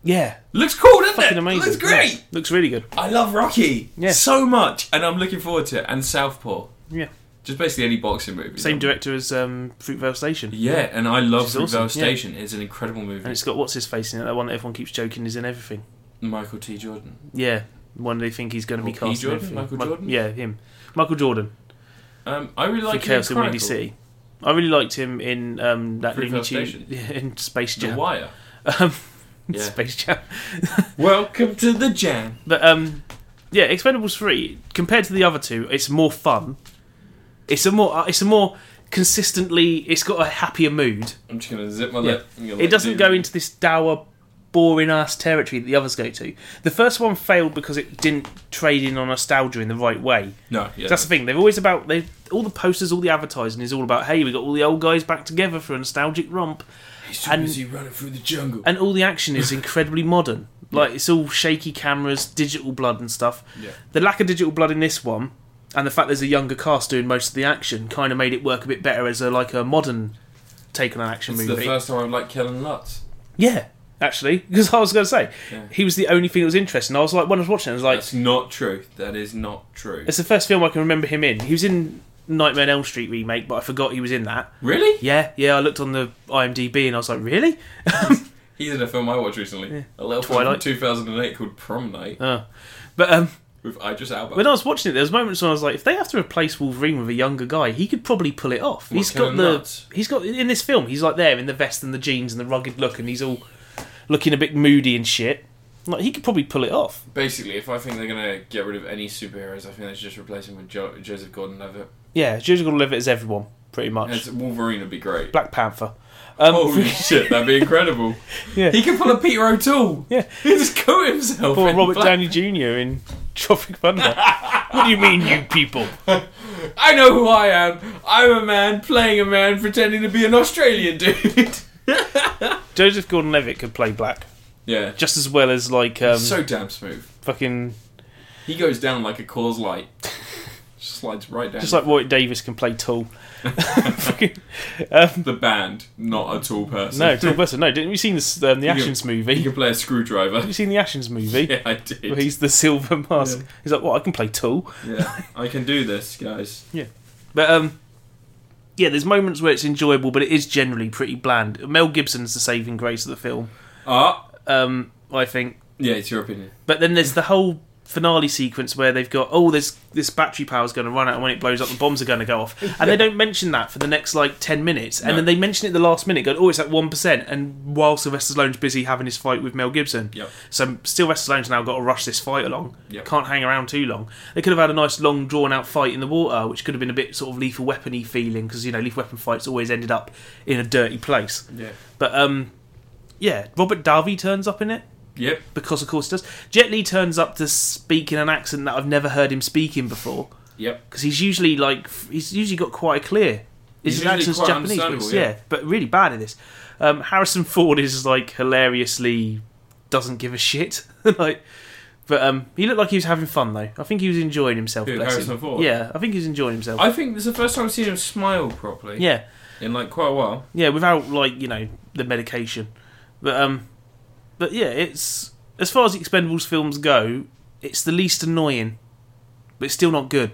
Yeah,
Looks cool, doesn't
fucking
it?
amazing.
Looks great.
Yeah, looks really good.
I love Rocky
Yeah.
so much, and I'm looking forward to it. And Southpaw,
Yeah,
just basically any boxing movie.
same director as um, Fruitvale Station.
Yeah, and I love
Which is
Fruitvale
awesome, yeah.
Station. It's an incredible
And
movie.
it's got what's his face in it, that one that everyone keeps joking is in everything.
Michael T. Jordan.
Yeah, the one they think he's going to be
Michael E.
cast. in
Jordan?
everything.
Michael
Mi-
Jordan?
Yeah, him. Michael Jordan
Um, I really
from
like
Chaos
him
in
in
Windy
Chronicle.
City. I really liked him in um, that
Fruitvale
Looney
Station.
Tune yeah, in Space
The
Jam.
Wire.
Um,
Yeah.
Space Jam.
Welcome to the jam.
But um, yeah, Expendables three compared to the other two, it's more fun. It's a more. uh, It's a more consistently. It's got a happier mood.
I'm just gonna zip my
Yeah.
lip. and you'll
It
let
doesn't
do-
go into this dour, boring ass territory that the others go to. The first one failed because it didn't trade in on nostalgia in the right way.
No, yeah.
That's the thing. They're always about they all the posters, all the advertising is all about. Hey, we got all the old guys back together for a nostalgic romp,
He's too
and-
busy running through the jungle.
and all the action is incredibly modern. Like it's all shaky cameras, digital blood and stuff.
Yeah.
The lack of digital blood in this one, and the fact there's a younger cast doing most of the action, kind of made it work a bit better as a like a modern take on an action
It's the
movie.
first time I've liked Kellen Lutz.
yeah. Actually, because I was going to say
Yeah.
he was the only thing that was interesting. I was like, when I was watching, it, I was like,
That's not true. That is not true.
it's the first film I can remember him in. He was in Nightmare on Elm Street remake, but I forgot he was in that.
Really?
Yeah, yeah. I looked on the IMDb and I was like, really?
He's in a film I watched recently. A little
Twilight.
film from 2008 called Prom Night
Uh, but um,
with Idris Elba.
when I was watching it, there was moments when I was like, if they have to replace Wolverine with a younger guy, he could probably pull it off.
What,
he's got
Kevin
the
Nuts?
he's got in this film. He's like there in the vest and the jeans and the rugged look, and he's all looking a bit moody and shit. Like he could probably pull it off.
Basically, if I think they're gonna get rid of any superheroes, I think they should just replace him with jo- Joseph Gordon-Levitt.
Yeah, Joseph Gordon-Levitt is everyone pretty much.
And Wolverine would be great.
Black Panther. Um,
Holy shit, that'd be incredible.
Yeah.
He could pull a Peter O'Toole.
Yeah.
He just coat himself.
Poor
in
Robert
black.
Downey Jr. in Tropic Thunder. what do you mean, you people?
I know who I am. I'm a man playing a man pretending to be an Australian dude.
Joseph Gordon-Levitt could play black
yeah.
just as well as like um,
so damn smooth.
fucking
He goes down like a cause light. Just Slides right down.
Just like Roy Davis can play tall. Fucking- um,
the band, not a tall person.
no, tall person. No, didn't you seen this, um, the
can-
Ashens movie?
He
Have
can play a screwdriver.
you seen the Ashens movie?
yeah, I
Where
did.
he's the silver mask.
Yeah.
He's like, well, I can play tall.
Yeah, I can do this, guys.
But um, yeah, there's moments where it's enjoyable, but it is generally pretty bland. Mel Gibson's the saving grace of the film,
Ah,
um, I think.
yeah, it's your opinion.
But then there's the whole finale sequence where they've got oh this this battery power's going to run out and when it blows up the bombs are going to go off and they don't mention that for the next like 10 minutes and
No.
then they mention it the last minute going oh it's at 1% and while Sylvester Stallone's busy having his fight with Mel Gibson
Yep.
so Sylvester Stallone's now got to rush this fight along
Yep.
can't hang around too long they could have had a nice long drawn out fight in the water which could have been a bit sort of lethal weapony feeling because you know lethal weapon fights always ended up in a dirty place
Yeah.
but um yeah Robert Darby turns up in it
Yep.
because of course he does. Jet Li turns up to speak in an accent that I've never heard him speak in before
Yep.
because he's usually like f- he's usually got quite a clear.
He's
His
usually
accent's
quite
Japanese, but
understandable,
it's-
yeah.
yeah. but really bad in this. Um, Harrison Ford is like hilariously doesn't give a shit, like. But um, he looked like he was having fun though. I think he was enjoying himself.
Who,
bless him.
Harrison Ford?
Yeah, I think he was enjoying himself.
I think this is the first time I've seen him smile properly.
yeah,
In like quite a while.
yeah, without like you know the medication. But um, but yeah, it's as far as the Expendables films go, it's the least annoying, but it's still not good.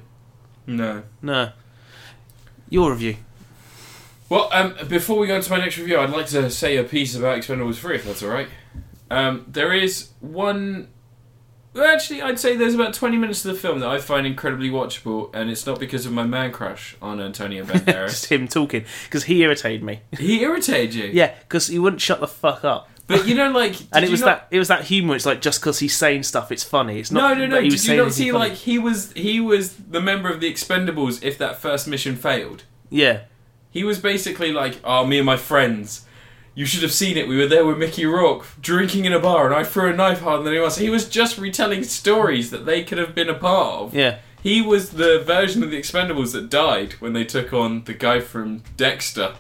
No.
No. Your review.
Well, um, before we go into my next review, I'd like to say a piece about Expendables 3, if that's alright. Um, there is one. well, Actually, I'd say there's about 20 minutes of the film that I find incredibly watchable, and it's not because of my man crush on Antonio Banderas.
Just him talking because he irritated me.
he irritated you.
Yeah, because he wouldn't shut the fuck up.
But you know, like, did
and it
you
was that
not-
it was that humour. It's like just because he's saying stuff, it's funny. It's
No,
not.
no,
that
no.
He was
Did you
saying
not
anything
see
funny.
like he was he was the member of the Expendables if that first mission failed?
yeah,
He was basically like, "Oh, me and my friends. You should have seen it. We were there with Mickey Rourke drinking in a bar, and I threw a knife harder than anyone else." He was just retelling stories that they could have been a part of.
yeah,
He was the version of the Expendables that died when they took on the guy from Dexter.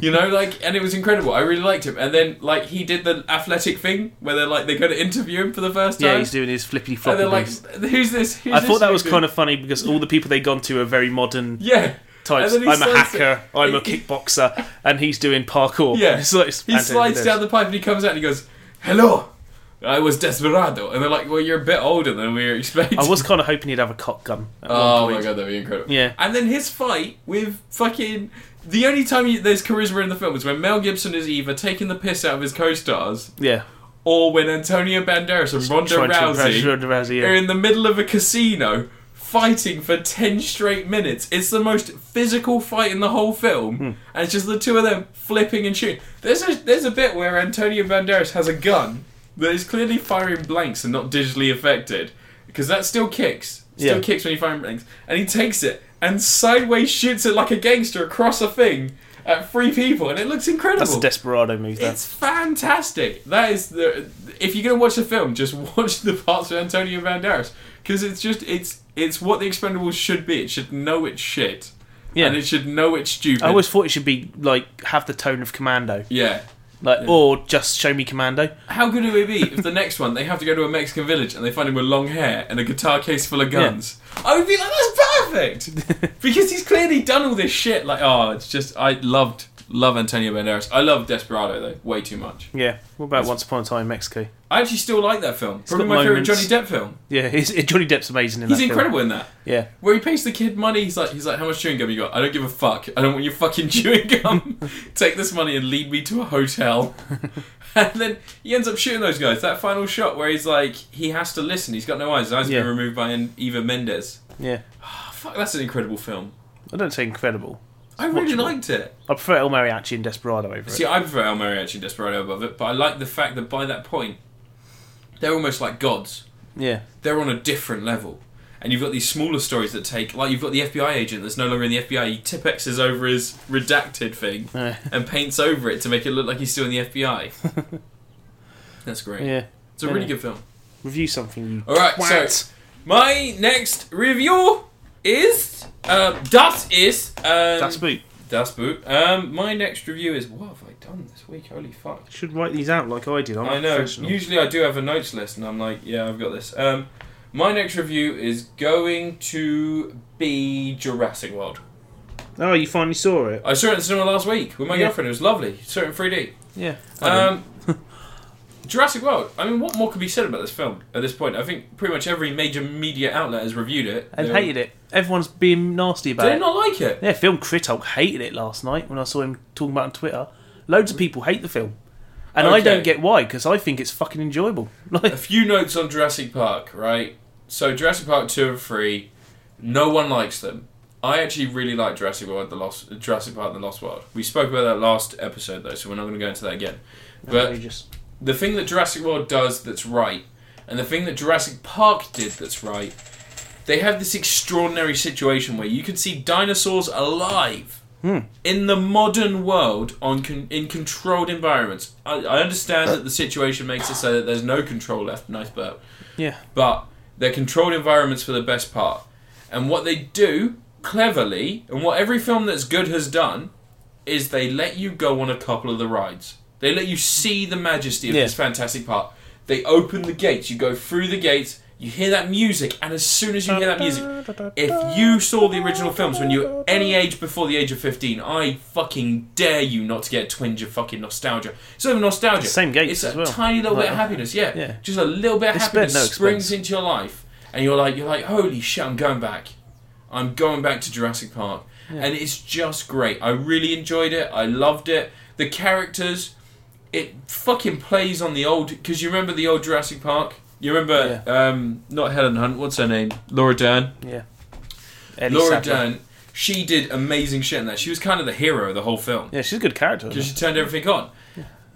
You know, like, and it was incredible. I really liked him. And then, like, he did the athletic thing where they're like, they go to interview him for the first time.
yeah. He's doing his flippity
and
floppy.
they're like,
moves.
"Who's this?" Who's
I
this
thought that was
nigga?"
kind of funny because all the people they'd gone to are very modern
yeah.
types.
And
I'm
then he
a
slides
hacker. I'm a
he-
kickboxer, and he's doing parkour.
Yeah.
It's like-
He
and
slides
it is.
down the pipe and he comes out and he goes, "Hello, I was Desperado," and they're like, "Well, you're a bit older than we were expecting."
I was kind of hoping he'd have a cock gun. At
Oh
one
my
point.
god, that'd be incredible.
Yeah.
And then his fight with fucking. The only time you, there's charisma in the film is when Mel Gibson is either taking the piss out of his co-stars,
Yeah.
or when Antonio Banderas and Ronda
Trying to impress
Rousey
Ronda Rousey, yeah.
are in the middle of a casino fighting for 10 straight minutes. It's the most physical fight in the whole film,
Hmm.
and it's just the two of them flipping and shooting. There's a, there's a bit where Antonio Banderas has a gun that is clearly firing blanks and not digitally affected, because that still kicks. Still
Yeah.
kicks when you're firing blanks. And he takes it and sideways shoots it like a gangster across a thing at three people, and it looks incredible.
That's a desperado move. There.
It's fantastic. That is the. If you're gonna watch the film, just watch the parts of Antonio Banderas because it's just it's it's what the Expendables should be. It should know it's shit.
Yeah.
And it should know it's stupid.
I always thought it should be like have the tone of Commando,
yeah.
like or just show me Commando.
How good it would be if the next one they have to go to a Mexican village and they find him with long hair and a guitar case full of guns? I would be like, that's perfect because he's clearly done all this shit. Like, oh, it's just I loved love Antonio Banderas. I love Desperado though way too much.
Yeah. What about Once Upon a Time in Mexico?
I actually still like that film. Probably
got
my favorite Johnny
moments.
Depp film.
Yeah, he's, Johnny Depp's amazing in
He's
that. film.
incredible in that.
Yeah.
Where he pays the kid money, he's like, he's like, how much chewing gum you got? I don't give a fuck. I don't want your fucking chewing gum. Take this money and lead me to a hotel. and then he ends up shooting those guys. That final shot where he's like, he has to listen. He's got no eyes. His eyes have
Yeah.
been removed by an- Eva Mendes.
Yeah.
Oh, fuck, that's an incredible film.
I don't say incredible.
I really
watchable.
liked it.
I prefer El Mariachi and Desperado over
See,
it.
I prefer El Mariachi and Desperado above it, but I like the fact that by that point, they're almost like gods.
Yeah.
they're on a different level. And you've got these smaller stories that take, like you've got the FBI agent that's no longer in the FBI. He tip X's over his redacted thing
Yeah.
and paints over it to make it look like he's still in the FBI. that's great.
Yeah.
It's a really
Yeah.
good film.
Review something. You
All right,
twat.
so my next review is uh, Das is um,
that's boot.
Das Boot. Um, my next review is what have I done this week? Holy fuck!
Should write these out like I did. I'm a
I know.
professional.
Usually I do have a notes list, and I'm like, yeah, I've got this. Um, my next review is going to be Jurassic World.
Oh, you finally saw it.
I saw it in the cinema last week with my
Yeah.
girlfriend. It was lovely. Saw it in 3D.
Yeah.
Um, Jurassic World. I mean, what more could be said about this film at this point? I think pretty much every major media outlet has reviewed it.
and
They all-
hated it. Everyone's being nasty
Did
about
they
it.
not like it?
Yeah, film critic hated it last night when I saw him talking about it on Twitter. Loads of people hate the film, and I
Okay.
don't get why because I think it's fucking enjoyable.
a
Like,
few notes on Jurassic Park, right? So Jurassic Park two and three, no one likes them. I actually really like Jurassic World, the Lost Jurassic Park, and the Lost World. We spoke about that last episode though, so we're not going to go into that again. But
outrageous.
the thing that Jurassic World does that's right, and the thing that Jurassic Park did that's right, they have this extraordinary situation where you can see dinosaurs alive in the modern world on con- in controlled environments. I, I understand that the situation makes it so that there's no control left. Nice burp
yeah,
but they're controlled environments for the best part. And what they do cleverly, and what every film that's good has done, is they let you go on a couple of the rides. They let you see the majesty of
Yeah.
this fantastic park. They open the gates, you go through the gates, you hear that music, and as soon as you hear that music, if you saw the original films when you were any age before the age of 15, I fucking dare you not to get a twinge of fucking nostalgia. It's not even nostalgia.
Same gates
It's
as
a
well.
tiny little bit of
Like-
happiness, yeah.
Yeah.
Just a little bit of
They spared
happiness
no
springs
expense.
into your life, and you're like, you're like, holy shit, I'm going back. I'm going back to Jurassic Park, and it's just great. I really enjoyed it. I loved it. The characters, it fucking plays on the old because you remember the old Jurassic Park. You remember, um, not Helen Hunt. What's her name? Laura Dern.
yeah. Ellie
Laura
Sattler.
Dern. She did amazing shit in that. She was kind of the hero of the whole film
Yeah, she's a good character.
because she turned everything on.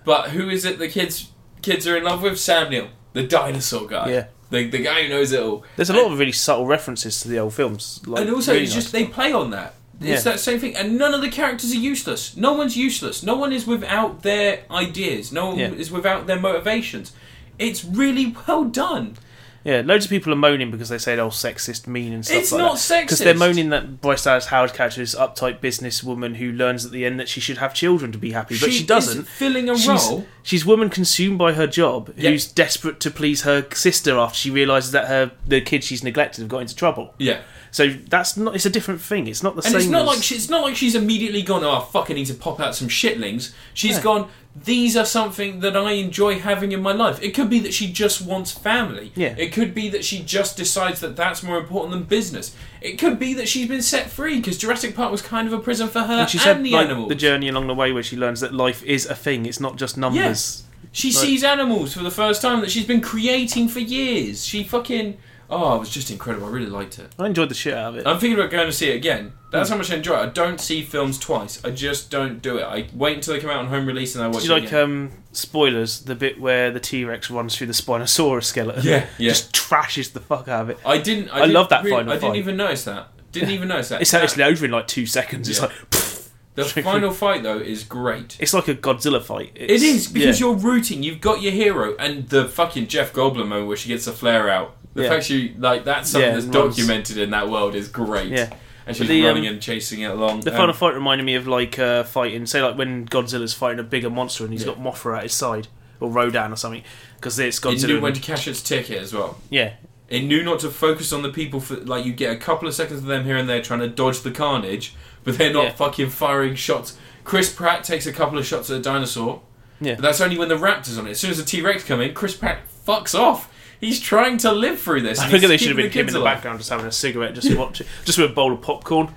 But who is it the kids kids are in love with? Sam Neill, the dinosaur guy.
Yeah.
The, the guy who knows it all.
There's a
And-
lot of really subtle references to the old films. Like,
and also
really
it's
nice
just they play on that.
Yeah.
It's that same thing, and none of the characters are useless. No one's useless. No one is without their ideas. No one
Yeah.
is without their motivations. It's really well done.
Yeah, loads of people are moaning because they say they're all sexist, mean, and stuff
It's
like
not
that. Because they're
sexist.
moaning that Bryce Dallas Howard character is uptight businesswoman who learns at the end that she should have children to be happy, but she,
is
doesn't.
filling a
She's,
role.
she's woman consumed by her job,
Yeah.
who's desperate to please her sister after she realizes that her the kids she's neglected have got into trouble.
Yeah,
So that's not it's a different thing. It's not the
and
same.
it's not
as-
like she, it's not like she's immediately gone. Oh, I fucking need to pop out some shitlings. She's
No.
gone. These are something that I enjoy having in my life. It could be that she just wants family.
Yeah.
It could be that she just decides that that's more important than business. It could be that she's been set free because Jurassic Park was kind of a prison for her and,
and she's had
the
like,
animals.
the journey along the way where she learns that life is a thing. It's not just numbers.
She
Right.
sees animals for the first time that she's been creating for years. She fucking. Oh, it was just incredible. I really liked it.
I enjoyed the shit out of it.
I'm thinking about going to see it again. That's
Hmm.
how much I enjoy it. I don't see films twice. I just don't do it. I wait until they come out on home release and I watch
Do you
it.
like
again.
um, spoilers? The bit where the T Rex runs through the Spinosaurus skeleton,
Yeah, yeah.
just trashes the fuck out of it.
I didn't. I,
uh, I
didn't
love that
really-
final
I didn't
fight.
even notice that. Didn't even notice that.
It's
That-
actually over in like two seconds. It's
Yeah.
like pfft.
the final fight though is great.
it's like a Godzilla fight. It's,
It is because
yeah.
you're rooting. You've got your hero and the fucking Jeff Goldblum moment where she gets a flare out. The
Yeah.
fact she like that's something
Yeah,
that's
and runs.
documented in that world is great.
Yeah.
And she's
the, um,
running and chasing it along.
The
Um,
final fight reminded me of like uh, fighting, say like when Godzilla's fighting a bigger monster and he's
Yeah.
got Mothra at his side or Rodan or something because it's
it
Godzilla.
knew
and-
when to cash its ticket as well.
yeah,
It knew not to focus on the people for like you get a couple of seconds of them here and there trying to dodge the carnage, but they're not
Yeah.
fucking firing shots. Chris Pratt takes a couple of shots at a dinosaur.
Yeah.
But that's only when the raptors on it. As soon as the T Rex come in, Chris Pratt fucks off. He's trying to live through this.
I
and
figure
he's
they should have
keeping
been him
kids
in the
alive.
background just having a cigarette, just watching, just with a bowl of popcorn.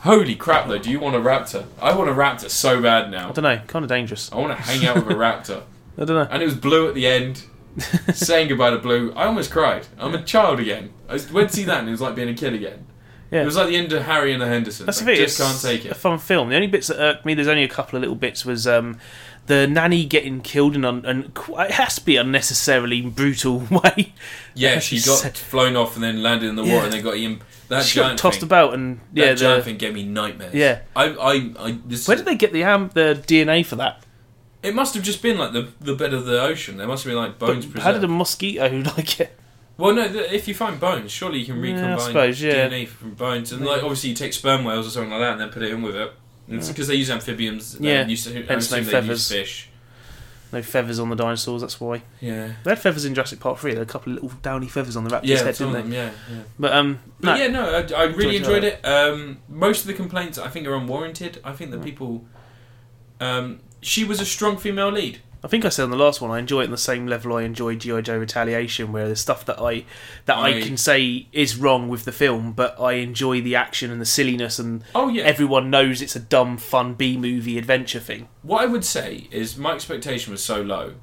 Holy crap though, do you want a raptor? I want a raptor so bad now.
I don't know, kind of dangerous.
I want to hang out with a raptor.
I don't know.
And it was blue at the end. saying goodbye to blue. I almost cried. I'm a child again. I was- went to see that and it was like being a kid again.
Yeah.
It was like the end of Harry and the Hendersons.
That's the
I
thing.
just
it's
can't take
A
it.
fun film. The only bits that irked me, there's only a couple of little bits, was um, the nanny getting killed in un- and it has to be unnecessarily brutal way.
Yeah, she got
Said-
flown off and then landed in the
Yeah.
water and then got Ian. That
she got
giant
tossed
thing,
about, and
that
yeah,
giant
the,
thing gave me nightmares.
Yeah.
I, I, I this,
where did they get the um, the DNA for that?
It must have just been like the the bed of the ocean. There must have been like
But
bones.
how did
preserved.
a mosquito like it?
Well, no. th- If you find bones, surely you can
Yeah, I
recombine
suppose, yeah.
DNA from bones, and like obviously you take sperm whales or something like that, and then put it in with it. Because they use amphibians. they
Yeah,
Used to, I
hence no
assume they
feathers.
Use fish.
No feathers on the dinosaurs. That's why
Yeah.
they had feathers in Jurassic Park three. They had a couple of little downy feathers on the raptor's
Yeah,
head,
some
didn't
of
they?
them, yeah, yeah.
But um,
But
no,
yeah, no, I, I really
Enjoyed
enjoyed it. Um, most of the complaints, I think, are unwarranted. I think that people. Um, she was a strong female lead.
I think I said on the last one, I enjoy it on the same level I enjoy GI Joe Retaliation, where there's stuff that I that I,
I-
can say is wrong with the film, but I enjoy the action and the silliness, and
Oh yeah.
everyone knows it's a dumb, fun B movie adventure thing.
what I would say is my expectation was so low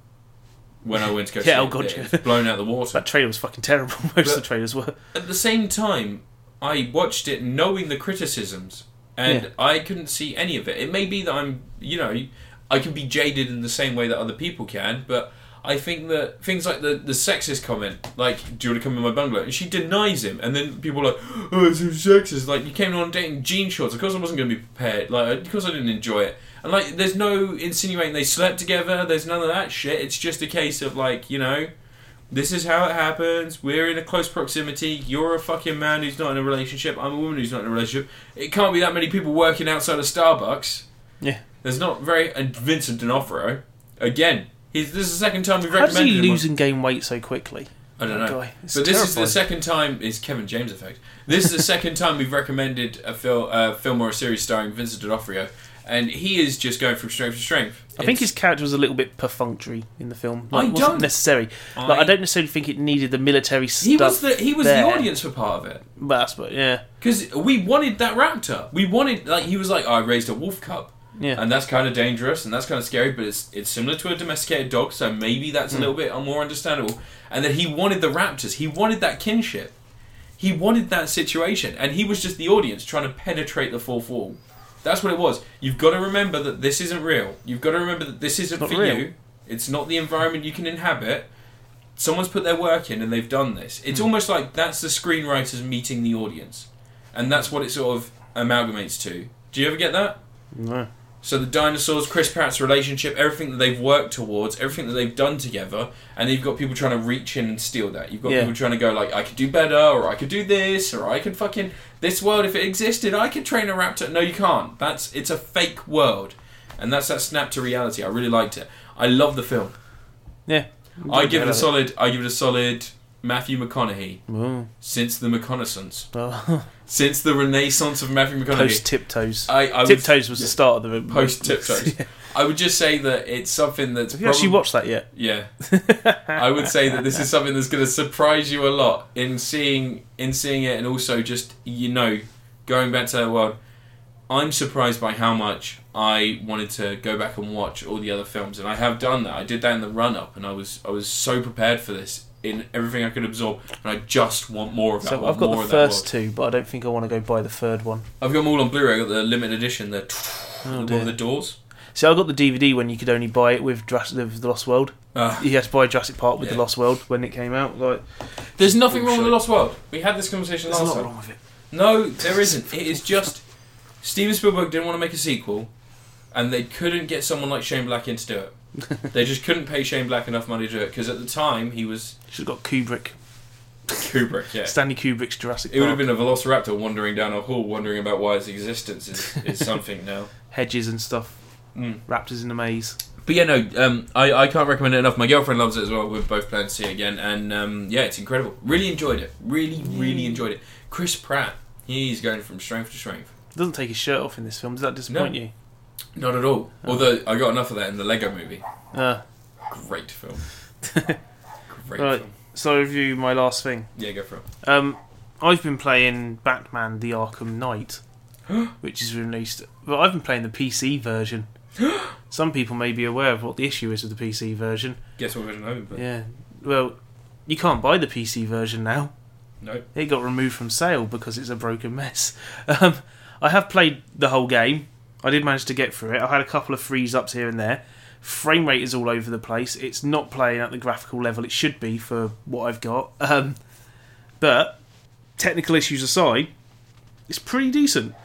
when I went to go.
Yeah,
see
oh
it,
God,
that
yeah.
it was blown out of the water.
That trailer was fucking terrible. Most of the
But-
trailers were.
At the same time, I watched it knowing the criticisms, and
Yeah.
I couldn't see any of it. It may be that I'm, you know, I can be jaded in the same way that other people can, but I think that things like the, the sexist comment, like, do you want to come in my bungalow? And she denies him, and then people are like, oh, it's so sexist. Like, you came on dating jean shorts. Of course, I wasn't going to be prepared. Like, of course, I didn't enjoy it. And, like, there's no insinuating they slept together, there's none of that shit. It's just a case of, like, you know, this is how it happens. We're in a close proximity. You're a fucking man who's not in a relationship. I'm a woman who's not in a relationship. It can't be that many people working outside of Starbucks.
Yeah.
There's not very. And Vincent D'Onofrio, again, he's, this is the second time we've
How does
recommended
he
him on-
lose and gain weight so quickly?
I don't
that
know.
guy? It's
But this is the
terrifying.
second time. It's Kevin James effect. This is the second time we've recommended a film, a film or a series starring Vincent D'Onofrio, and he is just going from strength to strength.
I think
It's-
his character was a little bit perfunctory in the film.
I
Like, it wasn't
don't-
necessary. Like, I don't necessarily think it needed the military stuff.
He was the he was
there.
the audience for part of it.
But that's what. Yeah.
Because we wanted that raptor. We wanted like he was like "Oh, I raised a wolf cub,
Yeah.
and that's kind of dangerous and that's kind of scary. But it's it's similar to a domesticated dog, so maybe that's
Hmm.
a little bit more understandable. And then he wanted the raptors. He wanted that kinship. He wanted that situation, and he was just the audience trying to penetrate the fourth wall. That's what it was. You've got to remember that this isn't real. You've got to remember that this isn't
Not
for
real.
you. It's not the environment you can inhabit. Someone's put their work in and they've done this. It's
Hmm.
almost like that's the screenwriters meeting the audience, and that's what it sort of amalgamates to. Do you ever get that?
No.
So the dinosaurs, Chris Pratt's relationship, everything that they've worked towards, everything that they've done together, and you've got people trying to reach in and steal that. You've got
Yeah.
people trying to go like, I could do better, or I could do this, or I could fucking this world if it existed, I could train a raptor. No, you can't. That's it's a fake world, and that's that snap to reality. I really liked it. I love the film.
Yeah.
I give it a solid. I give it a solid. Matthew McConaughey
Ooh.
since the reconnaissance,
Oh.
since the Renaissance of Matthew McConaughey.
Post tiptoes.
I, I would-
Tiptoes was the start of the
post tiptoes. I would just say that it's something that's
Have you actually
probab-
watched that yet?
Yeah, I would say that this is something that's going to surprise you a lot in seeing in seeing it, and also just you know, going back to that world. I'm surprised by how much I wanted to go back and watch all the other films, and I have done that. I did that in the run up, and I was I was so prepared for this in everything I could absorb, and I just want more of that. I
So
want
I've got
more
the
of
first
That world.
two, but I don't think I want to go buy the third one.
I've got them all on Blu-ray. I got the limited edition, the,
Oh
the one with the
dear.
doors.
See, I got the DVD when you could only buy it with Jurassic with the Lost World.
Ah.
You had to buy Jurassic Park with the
Yeah.
Lost World when it came out. Like,
There's nothing
Oh,
wrong
shit.
with the Lost World. We had this conversation
there's a
last
lot
time.
wrong with it.
No, there isn't. It is just Steven Spielberg didn't want to make a sequel, and they couldn't get someone like Shane Black in to do it. they just couldn't pay Shane Black enough money to do it because at the time he was
Should have got Kubrick,
Kubrick. Yeah,
Stanley Kubrick's Jurassic
it would have
Park,
been a Velociraptor wandering down a hall, wondering about why its existence is, is something now.
hedges and stuff,
Mm.
raptors in a maze.
But yeah, no, um, I I can't recommend it enough. My girlfriend loves it as well. We're both planning to see it again, and um, yeah, it's incredible. Really enjoyed it. Really, really enjoyed it. Chris Pratt, he's going from strength to strength.
Doesn't take his shirt off in this film. Does that disappoint you?
Not at all. Although I got enough of that in the Lego Movie.
Uh,
Great film. Great
Right.
film.
so review my last thing.
Yeah, go for it.
Um, I've been playing Batman: The Arkham Knight, which is released. Well, I've been playing the PC version. Some people may be aware of what the issue is with the PC version.
Guess what version I own, but
Yeah. Well, you can't buy the PC version now.
no.
It got removed from sale because it's a broken mess. Um, I have played the whole game. I did manage to get through it. I had a couple of freeze ups here and there. Frame rate is all over the place. It's not playing at the graphical level it should be for what I've got. Um, but technical issues aside, it's pretty decent.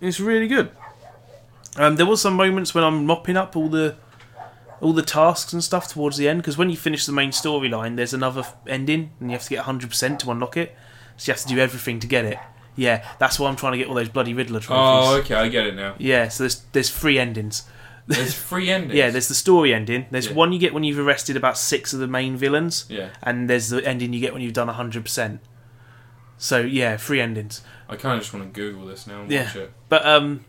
It's really good. Um, there was some moments when I'm mopping up all the all the tasks and stuff towards the end because when you finish the main storyline, there's another f- ending and you have to get 100% to unlock it. So you have to do everything to get it. Yeah, that's why I'm trying to get all those bloody Riddler trophies.
Oh, okay, I get it now.
Yeah, so there's there's three endings.
There's three endings.
Yeah, there's the story ending. There's
Yeah.
one you get when you've arrested about six of the main villains,
Yeah,
and there's the ending you get when you've done hundred percent. So yeah, three endings.
I kind of just want to Google this now and
Yeah.
watch it.
But um,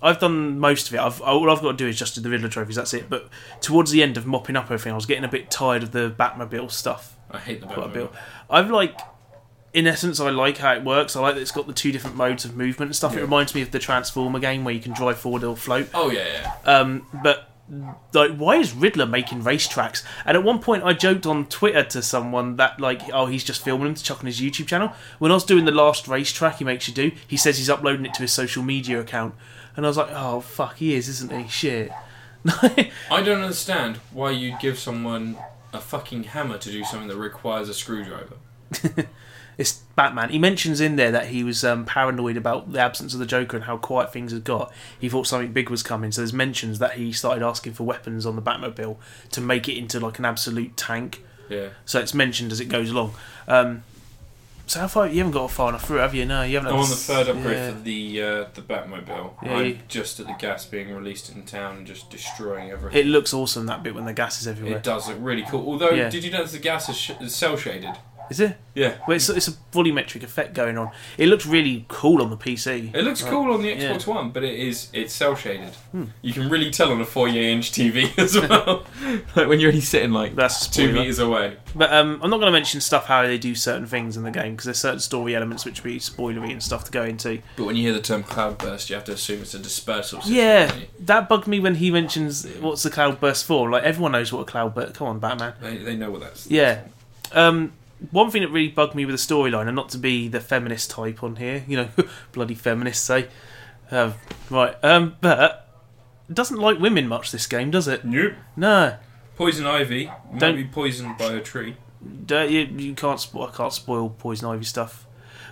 I've done most of it. I've all I've got to do is just do the Riddler trophies. That's it. But towards the end of mopping up everything, I was getting a bit tired of the Batmobile stuff.
I hate the
Quite a
Batman.
bit. I've like. In essence, I like how it works. I like that it's got the two different modes of movement and stuff. It
Yeah.
reminds me of the Transformer game where you can drive forward or float.
Oh yeah, yeah.
Um, but like, why is Riddler making racetracks? And at one point, I joked on Twitter to someone that like, oh, he's just filming them to chuck on his YouTube channel. When I was doing the last racetrack, he makes you do. He says he's uploading it to his social media account, and I was like, oh fuck, he is, isn't he? Shit.
I don't understand why you'd give someone a fucking hammer to do something that requires a screwdriver.
it's Batman. He mentions in there that he was um, paranoid about the absence of the Joker and how quiet things had got. He thought something big was coming, so there's mentions that he started asking for weapons on the Batmobile to make it into like an absolute tank.
Yeah.
so it's mentioned as it goes along. Um, so how far? You haven't got far enough through, have you? No, you haven't.
I'm
had
on the
s-
third upgrade
yeah.
for the uh, the Batmobile.
Yeah,
I'm
you-
just at the gas being released in town and just destroying everything.
It looks awesome that bit when the gas is everywhere.
It does look really cool. Although,
Yeah.
did you notice the gas is, sh- is cell shaded?
Is it?
Yeah.
Well, it's, it's a volumetric effect going on. It looks really cool on the PC.
It looks cool on the Xbox One, but it is it's cell shaded.
Hmm.
You can really tell on a 48 inch TV as well. like when you're only sitting like
That's a
two
spoiler.
meters away.
But um, I'm not going to mention stuff how they do certain things in the game because there's certain story elements which would be spoilery and stuff to go into.
But when you hear the term cloud burst, you have to assume it's a dispersal system.
Yeah,
don't you?
that bugged me when he mentions what's the cloud burst for. Like everyone knows what a cloud burst. Come on, Batman.
They, they know what that's.
Yeah. Um, one thing that really bugged me with the storyline, and not to be the feminist type on here, you know, bloody feminists, say. Um, right, um, but it doesn't like women much, this game, does it?
Nope.
No.
Poison Ivy might
Don't-
be poisoned by a tree.
Don't, you, you can't. Spo- I can't spoil Poison Ivy stuff,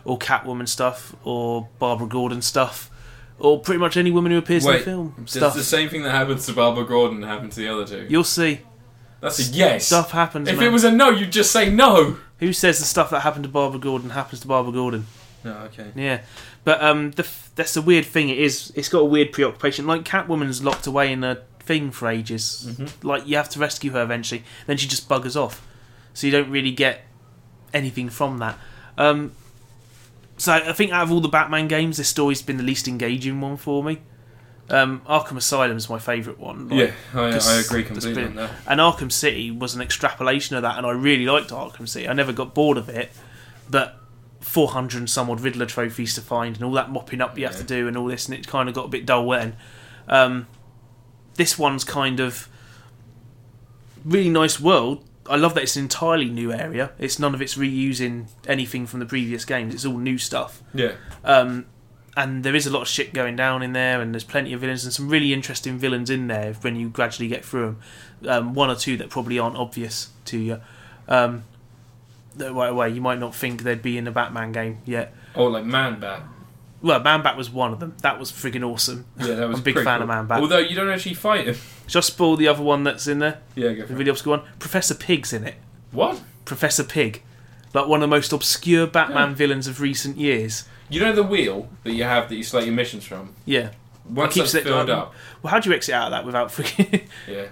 or Catwoman stuff, or Barbara Gordon stuff, or pretty much any woman who appears in
Wait,
the film
does
stuff.
the same thing that happens to Barbara Gordon happen to the other two?
You'll see.
That's a yes.
Stuff happens.
if
man.
it was a no, you'd just say no.
Who says the stuff that happened to Barbara Gordon happens to Barbara Gordon?
No, okay.
Yeah, but um, the, f- that's the weird thing. It is. It's got a weird preoccupation. Like Catwoman's locked away in a thing for ages. Like you have to rescue her eventually. Then she just buggers off. So you don't really get anything from that. Um, so I think out of all the Batman games, this story's been the least engaging one for me. Um, Arkham Asylum is my favourite one. Like,
Yeah, I, I
Just-
agree
just
completely
been-
on that.
and Arkham City was an extrapolation of that, and I really liked Arkham City. I never got bored of it, but 400 and some odd Riddler trophies to find, and all that mopping up you have
Yeah.
to do, and all this, and it kind of got a bit dull then. Um, this one's kind of really nice world. I love that it's an entirely new area. It's none of it's reusing anything from the previous games. It's all new stuff.
Yeah.
Um, and there is a lot of shit going down in there, and there's plenty of villains and some really interesting villains in there when you gradually get through them. Um, one or two that probably aren't obvious to you. Um, that right away, you might not think they'd be in a Batman game yet.
Oh, like Man Bat.
Well, Man Bat was one of them. That was friggin' awesome.
Yeah, that was
I'm a big
pretty
fan
cool.
of Man Bat.
Although you don't actually fight him.
Should I spoil the other one that's in there?
Yeah, go
The
for it.
really obscure one? Professor Pig's in it.
What?
Professor Pig. Like one of the most obscure Batman villains of recent years.
You know the wheel that you have that you select your missions from?
Yeah.
Once
keep
that's
select-
filled
um,
up.
Well, how do you exit out of that without freaking.
Yeah.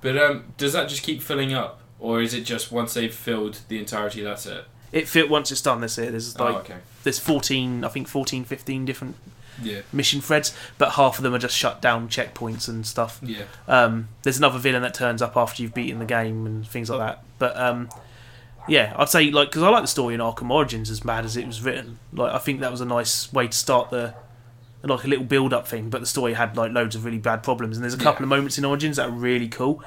But um, does that just keep filling up? Or is it just once they've filled the entirety, that's it?
It fit once it's done. That's it. There's like
oh, okay.
there's 14, I think 14, 15 different
Yeah.
mission threads, but half of them are just shut down checkpoints and stuff.
Yeah.
Um, there's another villain that turns up after you've beaten the game and things like that. But um, yeah, I'd say like because I like the story in Arkham Origins as bad as it was written. Like I think that was a nice way to start the like a little build-up thing. But the story had like loads of really bad problems, and there's a couple
Yeah.
of moments in Origins that are really cool.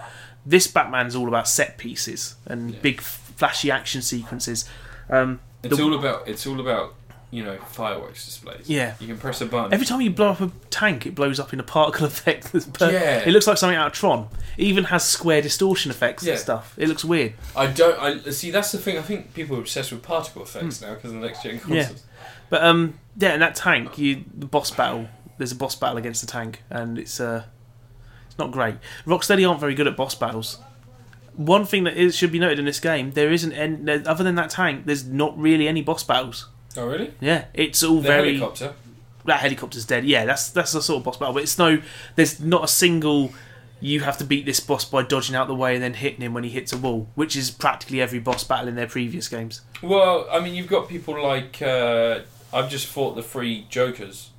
This Batman's all about set pieces and
Yeah.
big flashy action sequences. Um,
It's
The-
all about it's all about you know fireworks displays.
Yeah.
You can press a button.
Every time you blow up a tank, it blows up in a particle effect. That's per-
Yeah.
It looks like something out of Tron. It even has square distortion effects
Yeah.
and stuff. It looks weird.
I don't. I see. That's the thing. I think people are obsessed with particle
Hmm.
effects now because of the next gen consoles.
But um, yeah, and that tank, you the boss battle. There's a boss battle against the tank, and it's uh, it's not great. Rocksteady aren't very good at boss battles. One thing that is, should be noted in this game, there isn't any, there- other than that tank. There's not really any boss battles.
Oh really?
Yeah, it's all
The
very
helicopter.
that helicopter's dead. Yeah, that's that's the sort of boss battle. But it's no, there's not a single. You have to beat this boss by dodging out the way and then hitting him when he hits a wall, which is practically every boss battle in their previous games.
Well, I mean, you've got people like uh, I've just fought the three Jokers.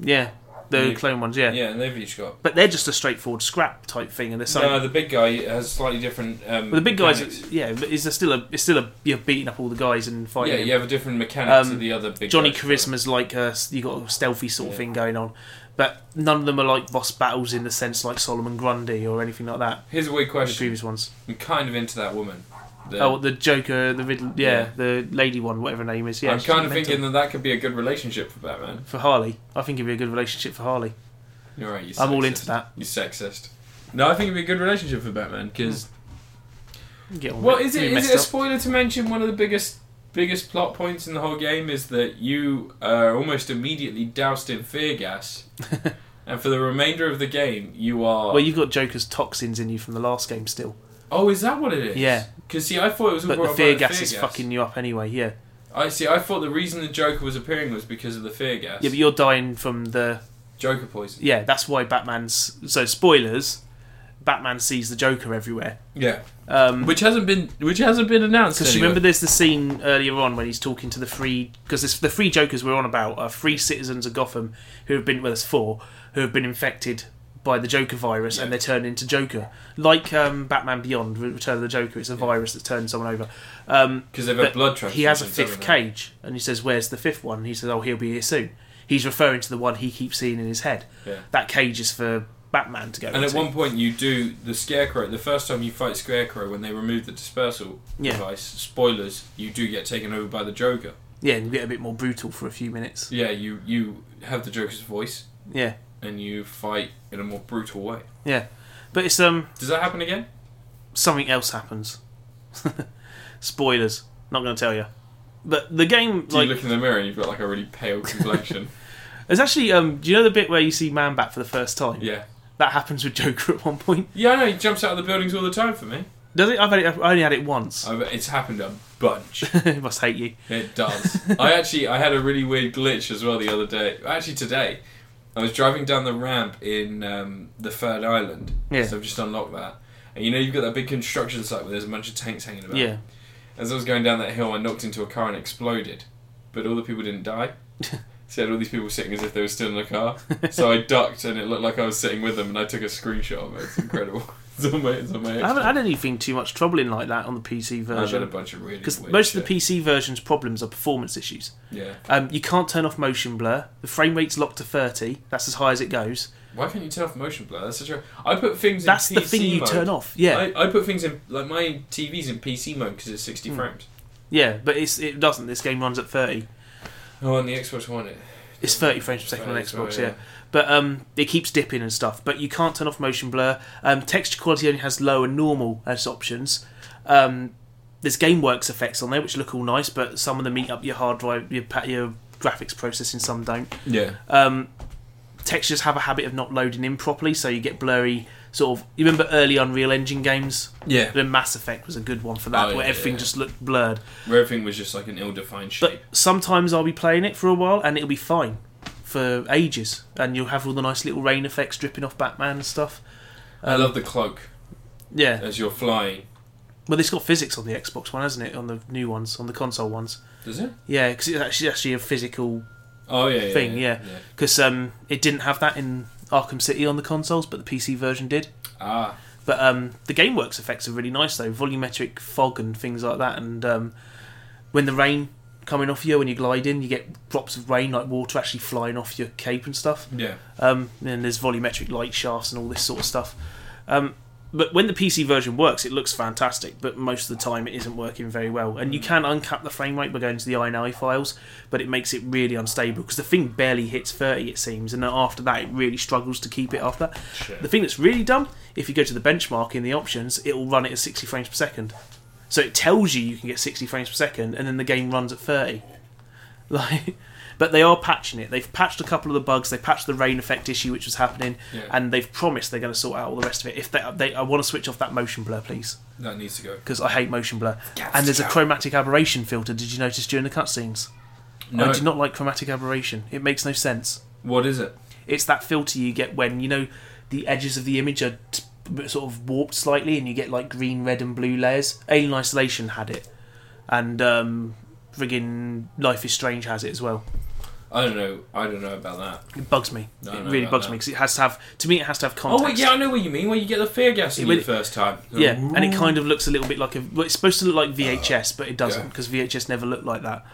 Yeah, the
Yeah.
clone ones.
Yeah,
Yeah.
and they've each got.
but they're just a straightforward scrap type thing, and there's some.
No, the big guy has slightly different. Um,
but the big guys,
mechanics.
yeah, but is there still a? It's still a. You're beating up all the guys and fighting.
Yeah,
them.
you have a different mechanic to
Um,
the other big.
Johnny
guys.
Charisma's like a you got a stealthy sort of
Yeah.
thing going on, but none of them are like boss battles in the sense like Solomon Grundy or anything like that.
Here's a weird
The
question.
previous ones.
I'm kind of into that woman. The-
Oh, the Joker, the Riddle, yeah,
Yeah.
the lady one, whatever her name is. Yeah,
I'm
she's
kind of
mental.
thinking that that could be a good relationship for Batman.
for Harley. I think it'd be a good relationship for Harley.
You're right. You
I'm all into that.
You sexist. No, I think it'd be a good relationship for Batman because
Get on
Well,
with
is it
Be
is
messed
it a
up.
spoiler to mention one of the biggest biggest plot points in the whole game is that you are almost immediately doused in fear gas, and for the remainder of the game you are.
Well, you've got Joker's toxins in you from the last game still,
oh, is that what it is?
Yeah.
Because see, I thought it was all
but the
brought
fear
about
gas is fucking you up anyway. Yeah,
I see. I thought the reason the Joker was appearing was because of the fear gas.
yeah, but you're dying from the
Joker poison.
yeah. That's why Batman's so spoilers. Batman sees the Joker everywhere.
Yeah.
Um,
Which hasn't been which hasn't been announced.
Because
anyway.
remember, there's the scene earlier on when he's talking to the three because the three Jokers we're on about are three citizens of Gotham who have been well, there's four who have been infected by the Joker virus
Yeah.
and they're turned into Joker, like um, Batman Beyond, Re- Return of the Joker. It's a virus that's turned someone over. Um,
because they've had
but
blood transfusions.
he has a
haven't
fifth
they?
cage, and he says, "Where's the fifth one?" And he says, "Oh, he'll be here soon." He's referring to the one he keeps seeing in his head.
Yeah.
That cage is for Batman to go.
And at
into.
one point, you do the Scarecrow. The first time you fight Scarecrow, when they remove the dispersal
Yeah.
device, spoilers, you do get taken over by the Joker.
yeah, and get a bit more brutal for a few minutes.
Yeah, you you have the Joker's voice,
Yeah,
and you fight in a more brutal way.
yeah, but it's um.
Does that happen again?
something else happens. Spoilers. Not going to tell you. But the game,
Do
like,
you look in the mirror and you've got like a really pale complexion?
there's actually, um, do you know the bit where you see Man Bat for the first time?
yeah.
That happens with Joker at one point.
Yeah, I know. He jumps out of the buildings all the time for me.
Does it? I've, had it, I've only had it once.
I've, it's happened a bunch.
it must hate you.
It does. I actually I had a really weird glitch as well the other day. Actually today, I was driving down the ramp in um, the Third Island.
Yeah.
So I've just unlocked that. And you know you've got that big construction site where there's a bunch of tanks hanging about.
Yeah.
As I was going down that hill, I knocked into a car and it exploded, but all the people didn't die. So I had all these people sitting as if they were still in the car. So I ducked and it looked like I was sitting with them, and I took a screenshot of it. It's incredible. it's on my. It's on my.
I haven't had anything too much troubling like that on the PC
I've had a
version.
bunch of really.
Because
weird
most of
shit.
the PC version's problems are performance issues.
Yeah.
Um, you can't turn off motion blur. The frame rate's locked to 30. That's as high as it goes.
Why can't you turn off motion blur? That's such a. I put things.
That's
in
the
PC
thing you
mode.
turn off. Yeah.
I, I put things in like my TV's in PC mode because it's
Hmm.
60 frames.
Yeah, but it's, it doesn't. This game runs at 30.
Oh, on the Xbox One, it.
It's 30 frames per second on
30,
Xbox,
sorry,
yeah.
yeah.
But um, it keeps dipping and stuff. But you can't turn off motion blur. Um, texture quality only has low and normal as options. Um, there's GameWorks effects on there, which look all nice, but some of them eat up your hard drive, your, pa- your graphics processing, some don't.
Yeah.
Um, textures have a habit of not loading in properly, so you get blurry. Sort of, you remember early Unreal Engine games?
Yeah.
Then Mass Effect was a good one for that,
Oh, yeah,
where
yeah,
everything
yeah.
just looked blurred.
Where everything was just like an ill-defined shape.
But sometimes I'll be playing it for a while and it'll be fine for ages, and you'll have all the nice little rain effects dripping off Batman and stuff.
I
um,
love the cloak
Yeah,
as you're flying.
well, it's got physics on the Xbox one, hasn't it? On the new ones, on the console ones.
Does it?
Yeah, because it's actually actually a physical
Oh yeah. yeah
Thing,
Yeah.
yeah. because um, it didn't have that in Arkham City on the consoles, but the PC version did.
Ah.
But um, the GameWorks effects are really nice though, volumetric fog and things like that. And um, when the rain coming off you when you glide in, you get drops of rain like water actually flying off your cape and stuff.
Yeah.
Um, and there's volumetric light shafts and all this sort of stuff. Um, but when the PC version works, it looks fantastic. But most of the time, it isn't working very well. And you can uncap the frame rate by going to the INI files, but it makes it really unstable because the thing barely hits 30, it seems. And then after that, it really struggles to keep it after that.
Shit.
The thing that's really dumb, if you go to the benchmark in the options, it will run it at 60 frames per second. So it tells you you can get 60 frames per second, and then the game runs at 30. Like, but they are patching it. They've patched a couple of the bugs. They patched the rain effect issue, which was happening,
Yeah.
and they've promised they're going to sort out all the rest of it. If they, they I want to switch off that motion blur, please,
That needs to go.
because I hate motion blur. and there's a chromatic aberration filter. Did you notice during the cutscenes?
No.
I do not like chromatic aberration. It makes no sense.
What is it?
It's that filter you get when you know the edges of the image are t- sort of warped slightly, and you get like green, red, and blue layers. Alien Isolation had it, and um, friggin' Life is Strange has it as well.
I don't know. I don't know about that.
It bugs me.
No,
it
no,
really
no,
bugs
no.
me because it has to have. To me, it has to have context.
Oh wait, yeah, I know what you mean. When you get the fear gas in
It-
you the first time.
Yeah, and it kind of looks a little bit like a. Well, it's supposed to look like VHS, but it doesn't
Yeah.
because VHS never looked like that.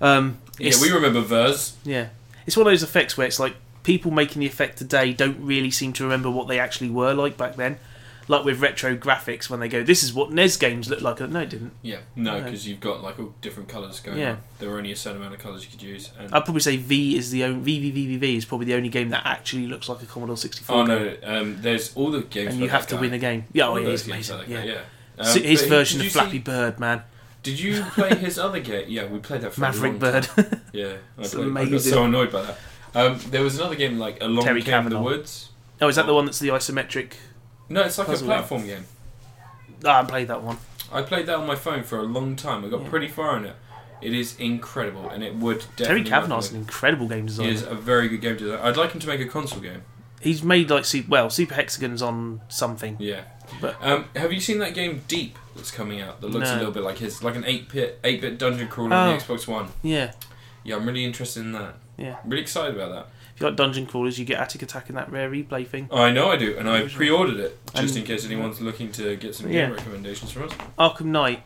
Um,
Yeah,
it's,
we remember Vers.
yeah, it's one of those effects where it's like people making the effect today don't really seem to remember what they actually were like back then. Like with retro graphics, when they go, "This is what NES games looked like." No, it didn't.
Yeah, no,
No.
because you've got like all different colours going.
Yeah.
on. there were only a certain amount of colours you could use. And
I'd probably say V is the only V V V V V is probably the only game that actually looks like a Commodore sixty four.
Oh no! Um, there's all the games.
and you have to win a game. Yeah, oh, yeah, he's amazing. Yeah.
Um,
So his
but
version
did
of
you
Flappy
see-
Bird, man,
Did you play his other game? Yeah, we played that for a
Maverick
long
Bird.
time. Yeah, I,
It's
played- I got
amazing.
so annoyed by that. Um, there was another game like Along
Terry
Came the
Kavanaugh.
Woods.
oh, is that the one that's the isometric?
No, it's like
Puzzle
a platform game.
Ah, I haven't played that one.
I played that on my phone for a long time. I got
Yeah.
pretty far in it. It is incredible, and it would definitely.
Terry Kavanaugh's an
recommend-
incredible game
He
designer.
is a very good game designer. I'd like him to make a console game.
He's made like super, well Super Hexagons on something.
Yeah.
But-
um, have you seen that game Deep that's coming out? That looks
No.
a little bit like his, like an eight bit eight bit dungeon crawler
Oh.
on the Xbox One.
Yeah,
Yeah, I'm really interested in that.
yeah.
I'm really excited about that. Oh,
If you like dungeon crawlers, you get Attic Attack and that rare replay thing.
I know I do, and I
Original.
pre-ordered it just
And-
in case anyone's looking to get some
Yeah.
game recommendations from us.
Arkham Knight,